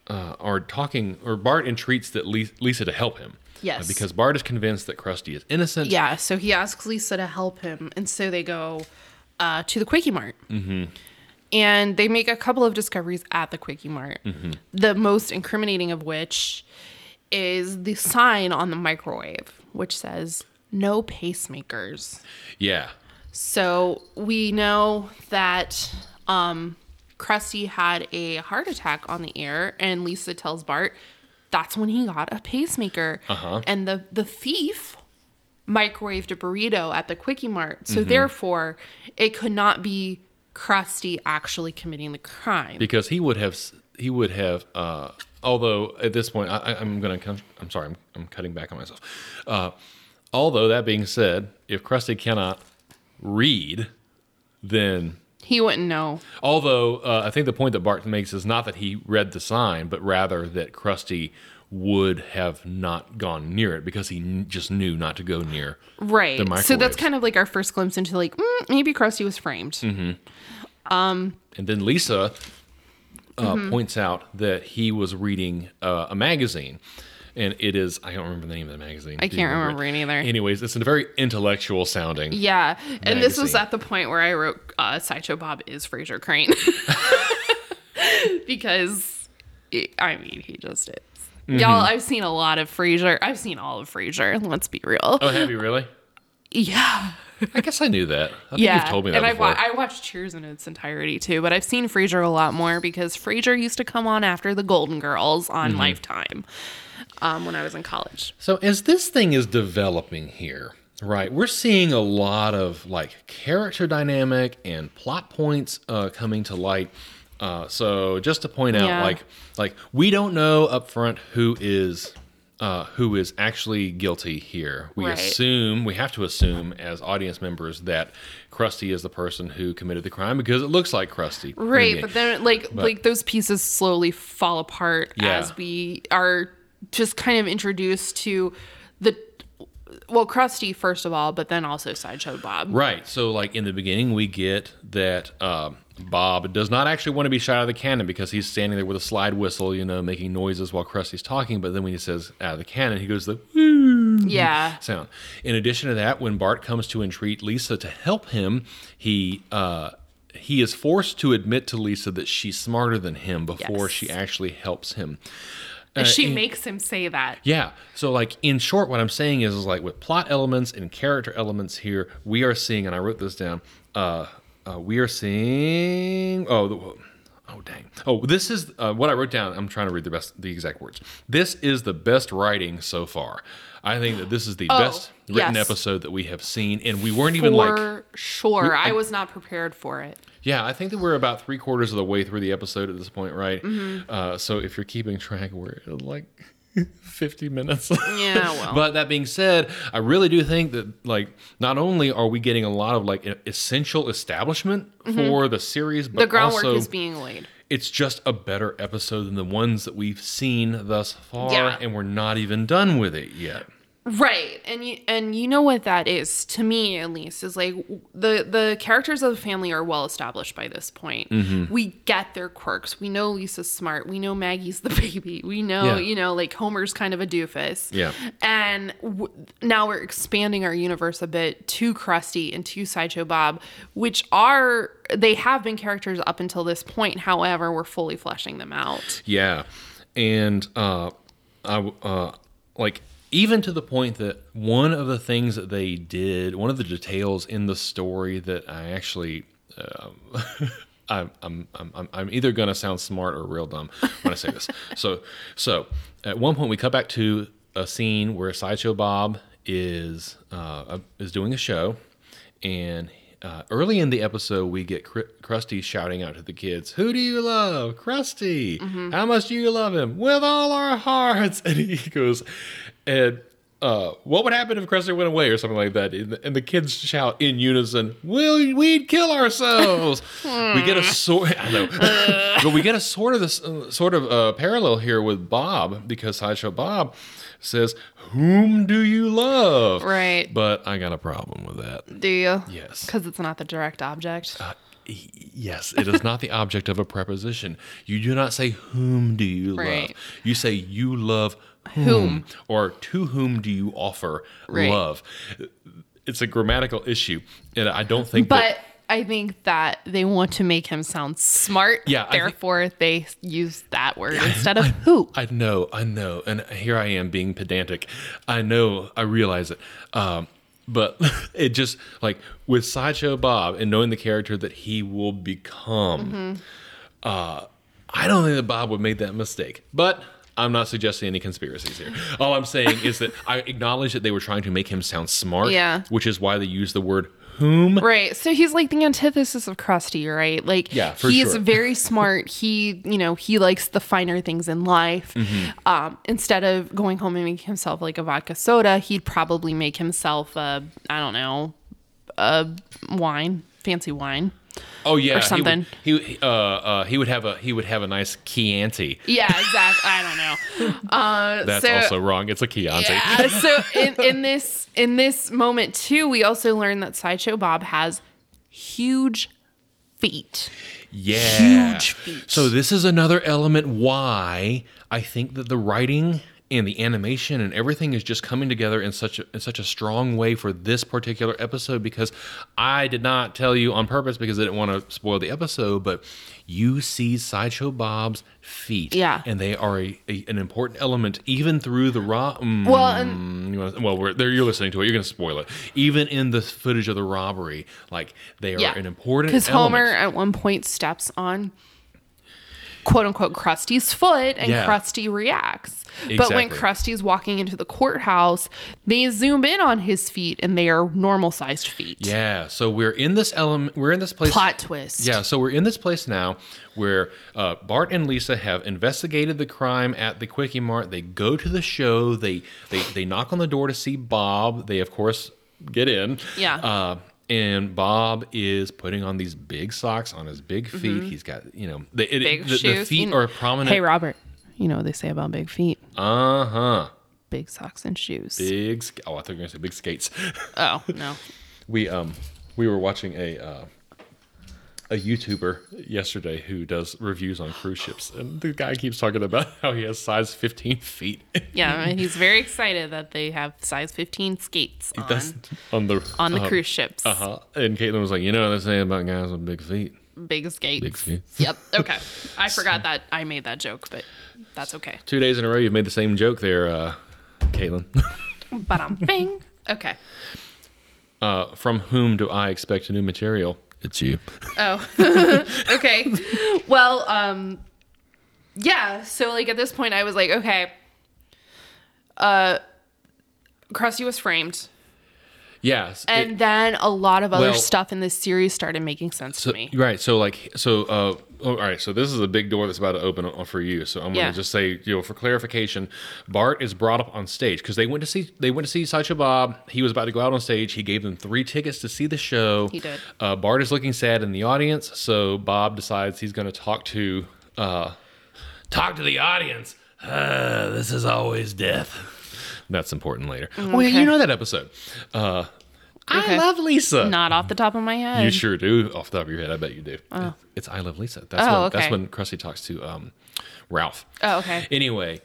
Speaker 1: uh, are talking, or Bart entreats that Lisa, Lisa to help him. Uh,
Speaker 2: Yes.
Speaker 1: because Bart is convinced that Krusty is innocent.
Speaker 2: Yeah, so he asks Lisa to help him, and so they go uh, to the Quickie Mart. Mm-hmm. And they make a couple of discoveries at the Quickie Mart. The most incriminating of which is the sign on the microwave, which says "No pacemakers."
Speaker 1: Yeah.
Speaker 2: So we know that um, Krusty had a heart attack on the air, and Lisa tells Bart that's when he got a pacemaker.
Speaker 1: Uh-huh.
Speaker 2: And the the thief microwaved a burrito at the Quickie Mart, so therefore it could not be Krusty actually committing the crime.
Speaker 1: Because he would have s- he would have. Uh, although at this point, I, I- I'm gonna. con- I'm sorry. I'm, I'm cutting back on myself. Uh, although that being said, if Krusty cannot read, then
Speaker 2: he wouldn't know.
Speaker 1: Although uh, I think the point that Bart makes is not that he read the sign, but rather that Krusty would have not gone near it because he kn- just knew not to go near.
Speaker 2: Right. So that's
Speaker 1: microwaves.
Speaker 2: kind of like our first glimpse into like mm, maybe Krusty was framed.
Speaker 1: And then Lisa uh,
Speaker 2: Mm-hmm.
Speaker 1: points out that he was reading uh, a magazine. And it is, I don't remember the name of the magazine.
Speaker 2: I can't remember it either.
Speaker 1: Anyways, it's a very intellectual sounding.
Speaker 2: Yeah, and this was
Speaker 1: Magazine.
Speaker 2: at the point where I wrote uh, Sideshow Bob is Fraser Crane because it, I mean he just is.
Speaker 1: Mm-hmm.
Speaker 2: Y'all, I've seen a lot of Frasier. I've seen all of Frasier. Let's be real.
Speaker 1: Oh, have you really?
Speaker 2: Yeah,
Speaker 1: I guess I knew that. I think
Speaker 2: yeah.
Speaker 1: you've told me that
Speaker 2: and I,
Speaker 1: before.
Speaker 2: wa- I watched Cheers in its entirety too, but I've seen Frasier a lot more because Frasier used to come on after the Golden Girls on
Speaker 1: Mm-hmm.
Speaker 2: Lifetime um, when I was in college.
Speaker 1: So as this thing is developing here, right, we're seeing a lot of like character dynamic and plot points uh, coming to light. Uh, so just to point out,
Speaker 2: Yeah.
Speaker 1: like, like we don't know up front who is. Uh, who is actually guilty here? We
Speaker 2: Right.
Speaker 1: assume we have to assume as audience members that Krusty is the person who committed the crime because it looks like Krusty.
Speaker 2: Right,
Speaker 1: Maybe.
Speaker 2: but then like like those pieces slowly fall apart
Speaker 1: Yeah.
Speaker 2: as we are just kind of introduced to the well, Krusty first of all, but then also Sideshow Bob.
Speaker 1: Right. So, like in the beginning, we get that um Bob does not actually want to be shot out of the cannon because he's standing there with a slide whistle, you know, making noises while Krusty's talking. But then when he says out of the cannon, he goes the
Speaker 2: Yeah.
Speaker 1: sound. In addition to that, when Bart comes to entreat Lisa to help him, he uh, he is forced to admit to Lisa that she's smarter than him before
Speaker 2: Yes.
Speaker 1: she actually helps him. Mm-hmm. Uh,
Speaker 2: And she makes him say that.
Speaker 1: Yeah. So like in short, what I'm saying is, is like with plot elements and character elements here, we are seeing, and I wrote this down. Uh, uh we are seeing. Oh, the, oh, dang. Oh, this is uh, what I wrote down. I'm trying to read the best, the exact words. This is the best writing so far. I think that this is the best written
Speaker 2: Oh, yes.
Speaker 1: episode that we have seen, and we weren't even like. Mm-hmm.
Speaker 2: For sure. I was not prepared for it.
Speaker 1: Yeah, I think that we're about three quarters of the way through the episode at this point, right?
Speaker 2: Mm-hmm.
Speaker 1: Uh, so if you're keeping track, we're at like 50 minutes.
Speaker 2: Yeah, well.
Speaker 1: but that being said, I really do think that like not only are we getting a lot of like e- essential establishment for the series, but
Speaker 2: Mm-hmm. The groundwork
Speaker 1: also
Speaker 2: is being laid.
Speaker 1: it's just a better episode than the ones that we've seen thus far,
Speaker 2: Yeah.
Speaker 1: and we're not even done with it yet.
Speaker 2: Right. And you and you know what that is to me at least is like w- the the characters of the family are well established by this point.
Speaker 1: Mm-hmm.
Speaker 2: We get their quirks. We know Lisa's smart. We know Maggie's the baby. We know,
Speaker 1: Yeah.
Speaker 2: you know, like Homer's kind of a doofus.
Speaker 1: Yeah.
Speaker 2: And w- now we're expanding our universe a bit to Krusty and to Sideshow Bob, which are they have been characters up until this point. However, we're fully fleshing them out.
Speaker 1: Yeah, and uh, I w- uh, like even to the point that one of the things that they did, one of the details in the story that I actually. Um, I'm, I'm, I'm- I'm, I'm either going to sound smart or real dumb when I say this. so, so at one point we cut back to a scene where Sideshow Bob is, uh, is doing a show and uh, early in the episode, we get Cr- Krusty shouting out to the kids, "Who do you love, Krusty? How much do you love him? With all our hearts!" And he goes, "And uh, what would happen if Krusty went away, or something like that?" And the, and the kids shout in unison, "Will we'd kill ourselves?" we get a sort, I know, but we get a sort of this uh, sort of uh, parallel here with Bob because Sideshow Bob says, "Whom do you love?"
Speaker 2: Right.
Speaker 1: But I got a problem with that.
Speaker 2: Do you?
Speaker 1: Yes.
Speaker 2: Because it's not the direct object.
Speaker 1: Yes, it is not the object of a preposition. You do not say whom do you love.
Speaker 2: Right.
Speaker 1: You say you love whom, or to whom do you offer
Speaker 2: Right.
Speaker 1: love. It's a grammatical issue, and I don't think that
Speaker 2: But I think that they want to make him sound smart.
Speaker 1: Yeah, I thi-
Speaker 2: Therefore, they use that word instead of who.
Speaker 1: I know, I know, and here I am being pedantic. I know, I realize it, um, but it just like with sideshow Bob and knowing the character that he will become.
Speaker 2: Mm-hmm.
Speaker 1: Uh, I don't think that Bob would make that mistake, but I'm not suggesting any conspiracies here. All I'm saying is that I acknowledge that they were trying to make him sound smart,
Speaker 2: Yeah.
Speaker 1: which is why they used the word whom.
Speaker 2: Right. So he's like the antithesis of Krusty, right? Like
Speaker 1: Yeah, for
Speaker 2: he's
Speaker 1: sure.
Speaker 2: very smart. He, you know, he likes the finer things in life.
Speaker 1: Mm-hmm.
Speaker 2: Um, instead of going home and making himself like a vodka soda, he'd probably make himself a, I don't know, a wine, fancy wine.
Speaker 1: Oh yeah,
Speaker 2: or something.
Speaker 1: He would, he, uh, uh, he would have a he would have a nice Chianti.
Speaker 2: Yeah, exactly. I don't know. Uh,
Speaker 1: That's
Speaker 2: so,
Speaker 1: also wrong. It's a Chianti.
Speaker 2: Yeah, so in, in this in this moment too, we also learn that Sideshow Bob has huge feet.
Speaker 1: Yeah.
Speaker 2: Huge feat.
Speaker 1: So this is another element why I think that the writing and the animation and everything is just coming together in such a, in such a strong way for this particular episode because I did not tell you on purpose because I didn't want to spoil the episode, but you see sideshow Bob's feet,
Speaker 2: Yeah.
Speaker 1: and they are a, a- an important element even through the raw.
Speaker 2: Well, and
Speaker 1: Mm, you wanna- well, we're, there, you're listening to it. You're going to spoil it. Even in the footage of the robbery, like they are
Speaker 2: yeah,
Speaker 1: an important
Speaker 2: because
Speaker 1: element.
Speaker 2: Homer at one point steps on quote unquote Krusty's foot, and
Speaker 1: Yeah.
Speaker 2: Krusty reacts. But when
Speaker 1: Exactly.
Speaker 2: Krusty's walking into the courthouse, they zoom in on his feet, and they are normal sized feet.
Speaker 1: Yeah, so we're in this element. We're in this place.
Speaker 2: Plot twist.
Speaker 1: Yeah, so we're in this place now where uh, Bart and Lisa have investigated the crime at the Quickie Mart. They go to the show. They they they knock on the door to see Bob. They of course get in.
Speaker 2: Yeah.
Speaker 1: Uh, and Bob is putting on these big socks on his big feet. He's got you know the, it,
Speaker 2: Mm-hmm. Big
Speaker 1: the, the
Speaker 2: shoes.
Speaker 1: feet
Speaker 2: You-
Speaker 1: are prominent.
Speaker 2: Hey, Robert, you know what they say about big feet?
Speaker 1: uh huh.
Speaker 2: Big socks and shoes.
Speaker 1: Big. sk- Oh, I thought you were gonna say big skates.
Speaker 2: Oh no.
Speaker 1: we um we were watching a uh, a YouTuber yesterday who does reviews on cruise ships, and the guy keeps talking about how he has size 15 feet.
Speaker 2: Yeah, and he's very excited that they have size 15 skates on,
Speaker 1: That's on the
Speaker 2: on the cruise ships.
Speaker 1: Uh huh. And Caitlin was like, "You know what they say about guys with big feet?
Speaker 2: Big skates.
Speaker 1: Big feet."
Speaker 2: Yep. Okay. I forgot that I made that joke, but that's okay.
Speaker 1: Two days in a row, you've made the same joke there, uh, Caitlin.
Speaker 2: But I'm bing. Okay.
Speaker 1: uh, from whom do I expect new material? It's you.
Speaker 2: Oh. okay. Well, um yeah, so like at this point I was like, okay. Uh Krusty was framed.
Speaker 1: Yes. it-
Speaker 2: And then a lot of other
Speaker 1: Well-
Speaker 2: stuff in this series started making sense
Speaker 1: So-
Speaker 2: to me.
Speaker 1: Right. So like so uh oh, all right, so this is a big door that's about to open o- for you. So I'm
Speaker 2: Yeah.
Speaker 1: gonna just say, you know, for clarification, Bart is brought up on stage because they went to see they went to see Sideshow Bob. He was about to go out on stage. He gave them three tickets to see the show.
Speaker 2: He did.
Speaker 1: Uh, Bart is looking sad in the audience, so Bob decides he's gonna talk to uh talk to the audience. Uh, this is always death. That's important later. Oh yeah,
Speaker 2: Mm-hmm. Okay.
Speaker 1: you know that episode. Uh
Speaker 2: Okay.
Speaker 1: I love Lisa.
Speaker 2: Not off the top of my head.
Speaker 1: You sure do, off the top of your head. I bet you do. It's I Love Lisa. That's
Speaker 2: Oh,
Speaker 1: when
Speaker 2: okay.
Speaker 1: that's when Krusty talks to um, Ralph.
Speaker 2: Oh, okay.
Speaker 1: Anyway,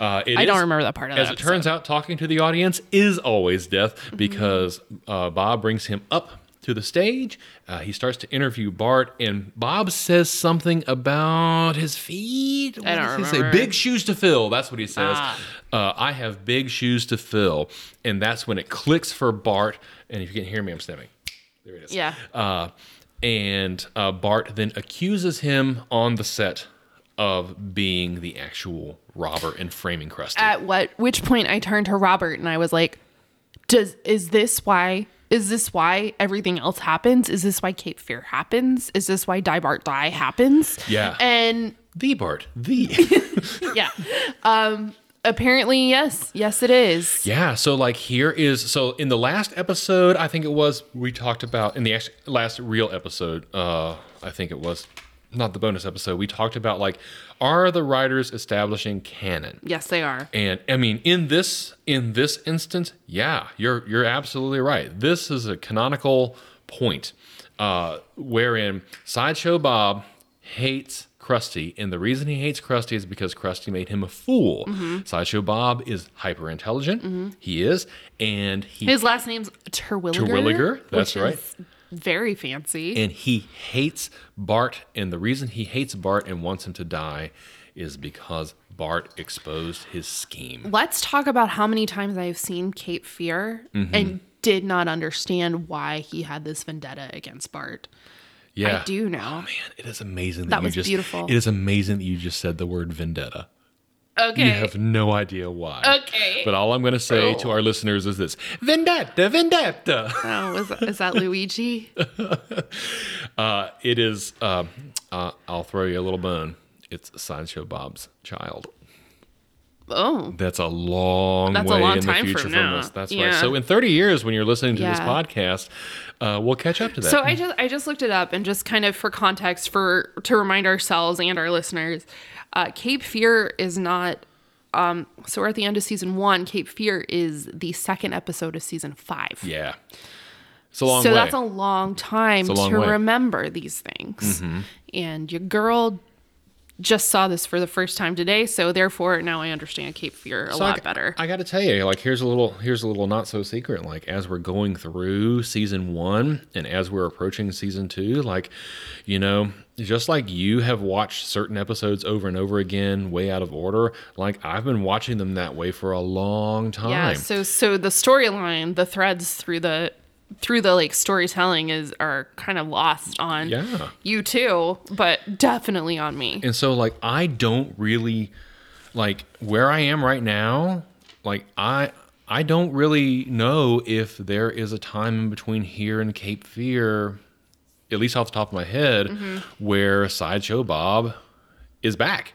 Speaker 1: uh, it
Speaker 2: I don't
Speaker 1: is-
Speaker 2: remember that part of
Speaker 1: As
Speaker 2: that Mm-hmm.
Speaker 1: it turns out, talking to the audience is always death because uh, Bob brings him up to the stage. Uh, he starts to interview Bart, and Bob says something about his feet. What
Speaker 2: I don't
Speaker 1: does he say?
Speaker 2: remember.
Speaker 1: Big shoes to fill. That's what he says.
Speaker 2: Ah.
Speaker 1: Uh, I have big shoes to fill, and that's when it clicks for Bart. And if you can hear me, I'm sniffing. There it is.
Speaker 2: Yeah.
Speaker 1: Uh, and uh, Bart then accuses him on the set of being the actual robber and framing Krusty.
Speaker 2: at what which point I turned to Robert and I was like, "Does is this why is this why everything else happens? Is this why Cape Fear happens? Is this why Die Bart Die happens?"
Speaker 1: Yeah.
Speaker 2: and
Speaker 1: the Bart. The.
Speaker 2: yeah, um, apparently yes, yes it is.
Speaker 1: yeah. So, like, here is. So, in the last episode, I think it was, we talked about, in the act- last real episode, uh, I think it was, not the bonus episode, we talked about, like, are the writers establishing canon?
Speaker 2: Yes, they are.
Speaker 1: And I mean, in this in this instance, yeah, you're you're absolutely right. This is a canonical point, uh, wherein sideshow Bob hates Krusty, and the reason he hates Krusty is because Krusty made him a fool.
Speaker 2: Mm-hmm.
Speaker 1: Sideshow Bob is hyper intelligent. He is, and he
Speaker 2: His last name's Terwilliger.
Speaker 1: Terwilliger, that's
Speaker 2: which is Very fancy.
Speaker 1: and he hates Bart, and the reason he hates Bart and wants him to die is because Bart exposed his scheme.
Speaker 2: Let's talk about how many times I've seen Cape Fear
Speaker 1: Mm-hmm.
Speaker 2: and did not understand why he had this vendetta against Bart.
Speaker 1: Yeah, Oh
Speaker 2: I do know.
Speaker 1: Man, it is amazing that,
Speaker 2: That
Speaker 1: you
Speaker 2: was
Speaker 1: just
Speaker 2: beautiful.
Speaker 1: it is amazing that you just said the word vendetta.
Speaker 2: Okay.
Speaker 1: You have no idea why.
Speaker 2: Okay.
Speaker 1: But all I'm going to say to
Speaker 2: Oh.
Speaker 1: our listeners is this: vendetta, vendetta.
Speaker 2: Oh, is, is that Luigi?
Speaker 1: Uh, it is. Um, uh, I'll throw you a little bone. It's sideshow Bob's child.
Speaker 2: Oh.
Speaker 1: That's a long
Speaker 2: That's a
Speaker 1: way
Speaker 2: long
Speaker 1: in
Speaker 2: time
Speaker 1: the future
Speaker 2: from
Speaker 1: from,
Speaker 2: now.
Speaker 1: us. That's right.
Speaker 2: Yeah.
Speaker 1: So in 30 years, when you're listening to this
Speaker 2: Yeah.
Speaker 1: podcast, uh, we'll catch up to that.
Speaker 2: So I just I just looked it up and just kind of for context for to remind ourselves and our listeners, uh, Cape Fear is not. Um, so we're at the end of season one. Cape Fear is the second episode of season five.
Speaker 1: yeah, it's a long
Speaker 2: so
Speaker 1: way.
Speaker 2: that's a long time
Speaker 1: a long
Speaker 2: to
Speaker 1: way. Mm-hmm.
Speaker 2: remember these things. And your girl just saw this for the first time today, so therefore now I understand Cape Fear a
Speaker 1: So
Speaker 2: lot
Speaker 1: I,
Speaker 2: better.
Speaker 1: I got to tell you, like here's a little here's a little not so secret. Like as we're going through season one and as we're approaching season two, like you know, just like you have watched certain episodes over and over again, way out of order. Like I've been watching them that way for a long time.
Speaker 2: yeah. So so the storyline, the threads through the through the like storytelling is are kind of lost on
Speaker 1: Yeah.
Speaker 2: you too, but definitely on me.
Speaker 1: And so like I don't really like where I am right now, like I I don't really know if there is a time in between here and Cape Fear, at least off the top of my head, where Sideshow Bob is back.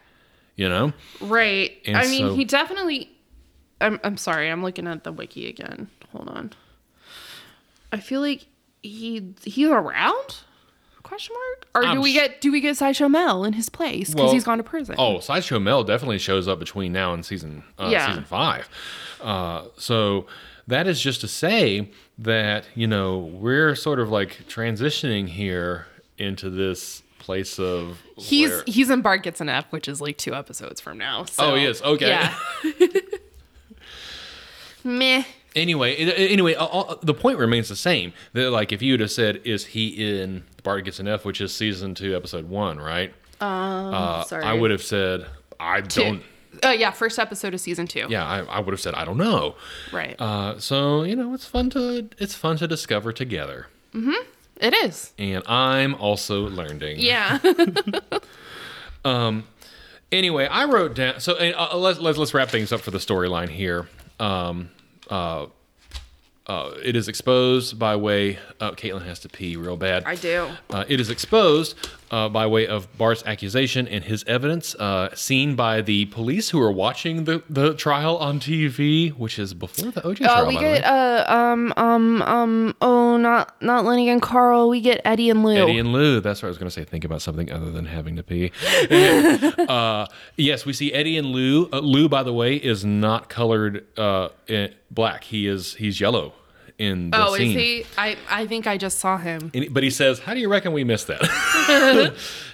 Speaker 1: You know?
Speaker 2: Right.
Speaker 1: And
Speaker 2: I mean,
Speaker 1: so-
Speaker 2: he definitely. I'm, I'm sorry. I'm looking at the wiki again. Hold on. I feel like he he's around? Question mark? Or
Speaker 1: I'm
Speaker 2: do we
Speaker 1: sh-
Speaker 2: get do we get Sideshow Mel in his place because
Speaker 1: Well-
Speaker 2: he's gone to prison?
Speaker 1: Oh, Sideshow Mel definitely shows up between now and season uh,
Speaker 2: Yeah.
Speaker 1: season five. Uh, so that is just to say that you know we're sort of like transitioning here into this place of
Speaker 2: he's
Speaker 1: where-
Speaker 2: he's in Bart Gets an F, which is like two episodes from now. So,
Speaker 1: Oh, he is? Okay.
Speaker 2: Yeah. Meh.
Speaker 1: anyway. it- it- Anyway, uh, uh, the point remains the same. That like if you would have said, "Is he in Bart Gets an F?" which is season two, episode one, right? Uh,
Speaker 2: sorry.
Speaker 1: I would have said, "I don't."
Speaker 2: Oh yeah, first episode of season two.
Speaker 1: Yeah, I, I would have said, "I don't know."
Speaker 2: Right.
Speaker 1: Uh, so you know, it's fun to it's fun to discover together,
Speaker 2: it is.
Speaker 1: and I'm also learning.
Speaker 2: Yeah.
Speaker 1: Anyway, I wrote down. So uh, let's let's let's wrap things up for the storyline here. Um, uh, uh, it is exposed by way. Uh, Caitlin has to pee real bad.
Speaker 2: I do.
Speaker 1: Uh, it is exposed uh, by way of Bart's accusation and his evidence, uh, seen by the police who are watching the, the trial on TV, which is before the OJ trial.
Speaker 2: Uh, we
Speaker 1: by the way.
Speaker 2: get uh um um um oh not not Lenny and Carl. We get Eddie and Lou.
Speaker 1: Eddie and Lou. That's what I was going to say. Think about something other than having to pee. uh, yes, we see Eddie and Lou. Uh, Lou, by the way, is not colored uh, in- black. He is he's yellow in the
Speaker 2: oh,
Speaker 1: scene.
Speaker 2: is he? I I think I just saw him.
Speaker 1: And- but he says, "How do you reckon we missed that?"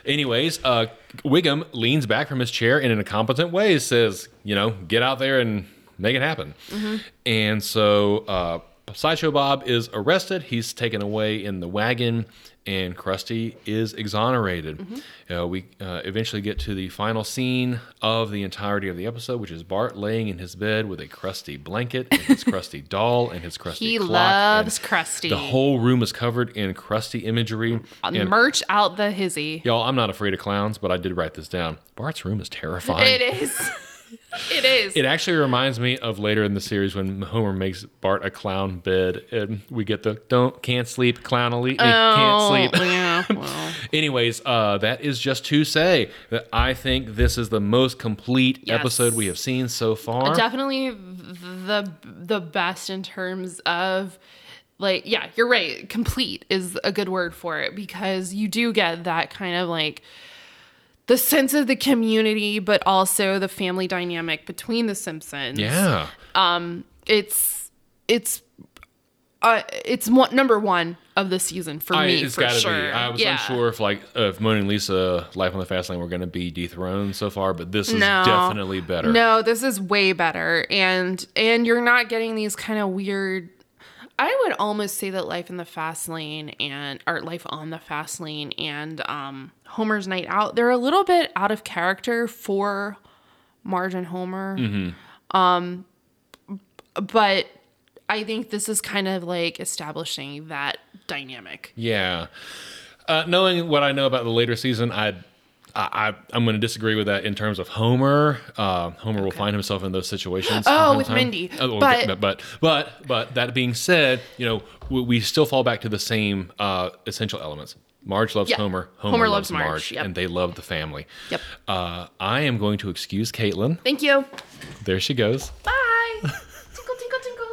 Speaker 1: Anyways, uh, Wiggum leans back from his chair and, in a competent way, says, "You know, get out there and make it happen."
Speaker 2: Mm-hmm.
Speaker 1: And so, uh, Sideshow Bob is arrested. He's taken away in the wagon, and Krusty is exonerated.
Speaker 2: Mm-hmm.
Speaker 1: Uh, we uh, eventually get to the final scene of the entirety of the episode, which is Bart laying in his bed with a crusty blanket, and his crusty doll, and his crusty
Speaker 2: He
Speaker 1: clock. and-
Speaker 2: loves Krusty.
Speaker 1: the whole room is covered in crusty imagery.
Speaker 2: Uh,
Speaker 1: And,
Speaker 2: Merch out the hizzy.
Speaker 1: y'all, I'm not afraid of clowns, but I did write this down. Bart's room is terrifying.
Speaker 2: It is. it is.
Speaker 1: It actually reminds me of later in the series when Homer makes Bart a clown bed, and we get the "don't can't sleep clown elite can't sleep."
Speaker 2: Oh, yeah. Well.
Speaker 1: Anyways, uh, that is just to say that I think this is the most complete
Speaker 2: Yes.
Speaker 1: episode we have seen so far.
Speaker 2: Definitely the the best in terms of like yeah, you're right. Complete is a good word for it because you do get that kind of like the sense of the community but also the family dynamic between the Simpsons.
Speaker 1: yeah,
Speaker 2: It's it's uh, it's one, number one of the season for
Speaker 1: I,
Speaker 2: me.
Speaker 1: it's
Speaker 2: for
Speaker 1: gotta
Speaker 2: sure.
Speaker 1: be. I was
Speaker 2: Yeah.
Speaker 1: unsure if like uh, if Moon and Lisa, Life on the Fast Lane, were going to be dethroned so far, but this is
Speaker 2: No.
Speaker 1: definitely better.
Speaker 2: No, this is way better. And and you're not getting these kind of weird I would almost say that Life in the Fast Lane and or Life on the Fast Lane and um Homer's Night Out, they're a little bit out of character for Marge and Homer.
Speaker 1: Mm-hmm.
Speaker 2: Um but I think this is kind of like establishing that dynamic.
Speaker 1: Yeah. Uh, knowing what I know about the later season, I'd, I, I I'm going to disagree with that in terms of Homer. Uh, Homer will find himself in those situations.
Speaker 2: Oh,
Speaker 1: from
Speaker 2: with
Speaker 1: time to
Speaker 2: Mindy.
Speaker 1: time. well,
Speaker 2: But-
Speaker 1: but but but but that being said, you know we, we still fall back to the same uh, essential elements. Marge loves
Speaker 2: Yeah.
Speaker 1: Homer. Homer,
Speaker 2: Homer
Speaker 1: loves,
Speaker 2: loves Marge,
Speaker 1: Marge,
Speaker 2: yep.
Speaker 1: and they love the family.
Speaker 2: Yep.
Speaker 1: Uh, I am going to excuse Caitlin
Speaker 2: Thank you.
Speaker 1: There she goes.
Speaker 2: Bye. tinkle, tinkle, tinkle.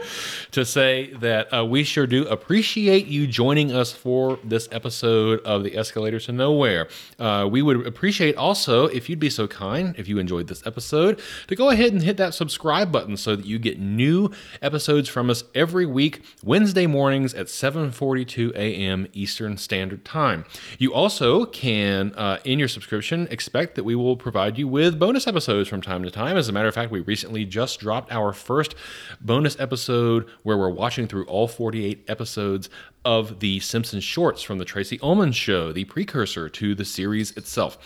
Speaker 1: to say that uh, we sure do appreciate you joining us for this episode of the Escalator to Nowhere. Uh, we would appreciate also if you'd be so kind, if you enjoyed this episode, to go ahead and hit that subscribe button so that you get new episodes from us every week, Wednesday mornings at 7:42 a.m. Eastern Standard Time. You also can, uh, in your subscription, expect that we will provide you with bonus episodes from time to time. As a matter of fact, we recently just dropped our first bonus episode where we're watching through all 48 episodes of the Simpsons shorts from the Tracy Ullman show, the precursor to the series itself.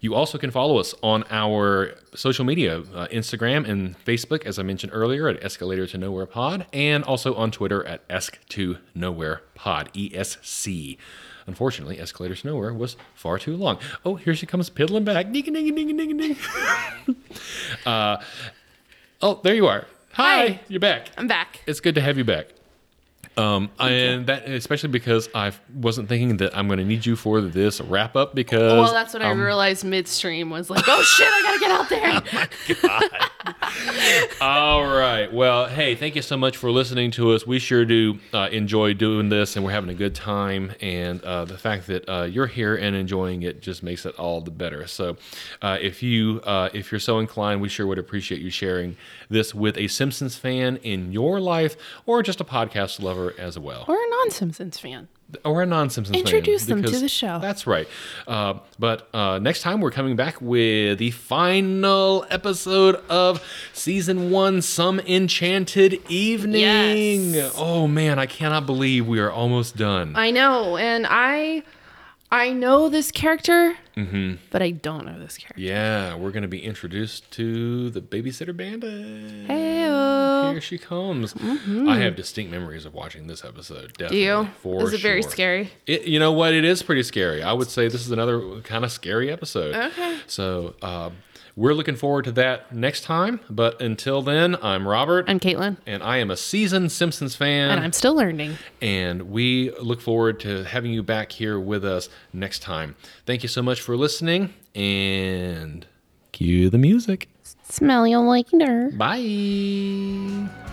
Speaker 1: You also can follow us on our social media, uh, Instagram and Facebook, as I mentioned earlier, at Escalator to Nowhere Pod, and also on Twitter at Esc to Nowhere Pod, ESC. Unfortunately, Escalator to Nowhere was far too long. Oh, here she comes piddling back. Ding, ding, ding, ding, ding, ding. Uh, oh, there you are. Hi,
Speaker 2: Hi.
Speaker 1: you're back
Speaker 2: I'm back.
Speaker 1: it's good to have you back. Um, and that especially because I wasn't thinking that I'm going to need you for this wrap up because
Speaker 2: Well, that's what I realized midstream was like, oh shit, I gotta get out there.
Speaker 1: All right. Well, hey, thank you so much for listening to us. We sure do uh, enjoy doing this, and we're having a good time. And uh, the fact that uh, you're here and enjoying it just makes it all the better. So, uh, if you uh, if you're so inclined, we sure would appreciate you sharing this with a Simpsons fan in your life, or just a podcast lover as well.
Speaker 2: We're a non Simpsons fan.
Speaker 1: or a non-Simpsons fan,
Speaker 2: Introduce them to
Speaker 1: because
Speaker 2: the show.
Speaker 1: That's right. Uh, but uh, next time we're coming back with the final episode of season one, "Some Enchanted Evening."
Speaker 2: Yes.
Speaker 1: Oh man, I cannot believe we are almost done.
Speaker 2: I know, and I I know this character, but I don't know this character.
Speaker 1: yeah, we're gonna be introduced to the Babysitter Bandit.
Speaker 2: Heyo. Mm-hmm.
Speaker 1: Here she comes. I have distinct memories of watching this episode.
Speaker 2: Do
Speaker 1: Definitely,
Speaker 2: you?
Speaker 1: For
Speaker 2: Is it very
Speaker 1: sure.
Speaker 2: scary?
Speaker 1: It, you know what? It is pretty scary. I would say this is another kind of scary episode.
Speaker 2: Okay.
Speaker 1: So uh, we're looking forward to that next time. But until then, I'm Robert.
Speaker 2: I'm Caitlin,
Speaker 1: and I am a seasoned Simpsons
Speaker 2: and
Speaker 1: fan.
Speaker 2: I'm still learning.
Speaker 1: and we look forward to having you back here with us next time. Thank you so much for listening. And cue the music.
Speaker 2: Smell you later.
Speaker 1: Bye.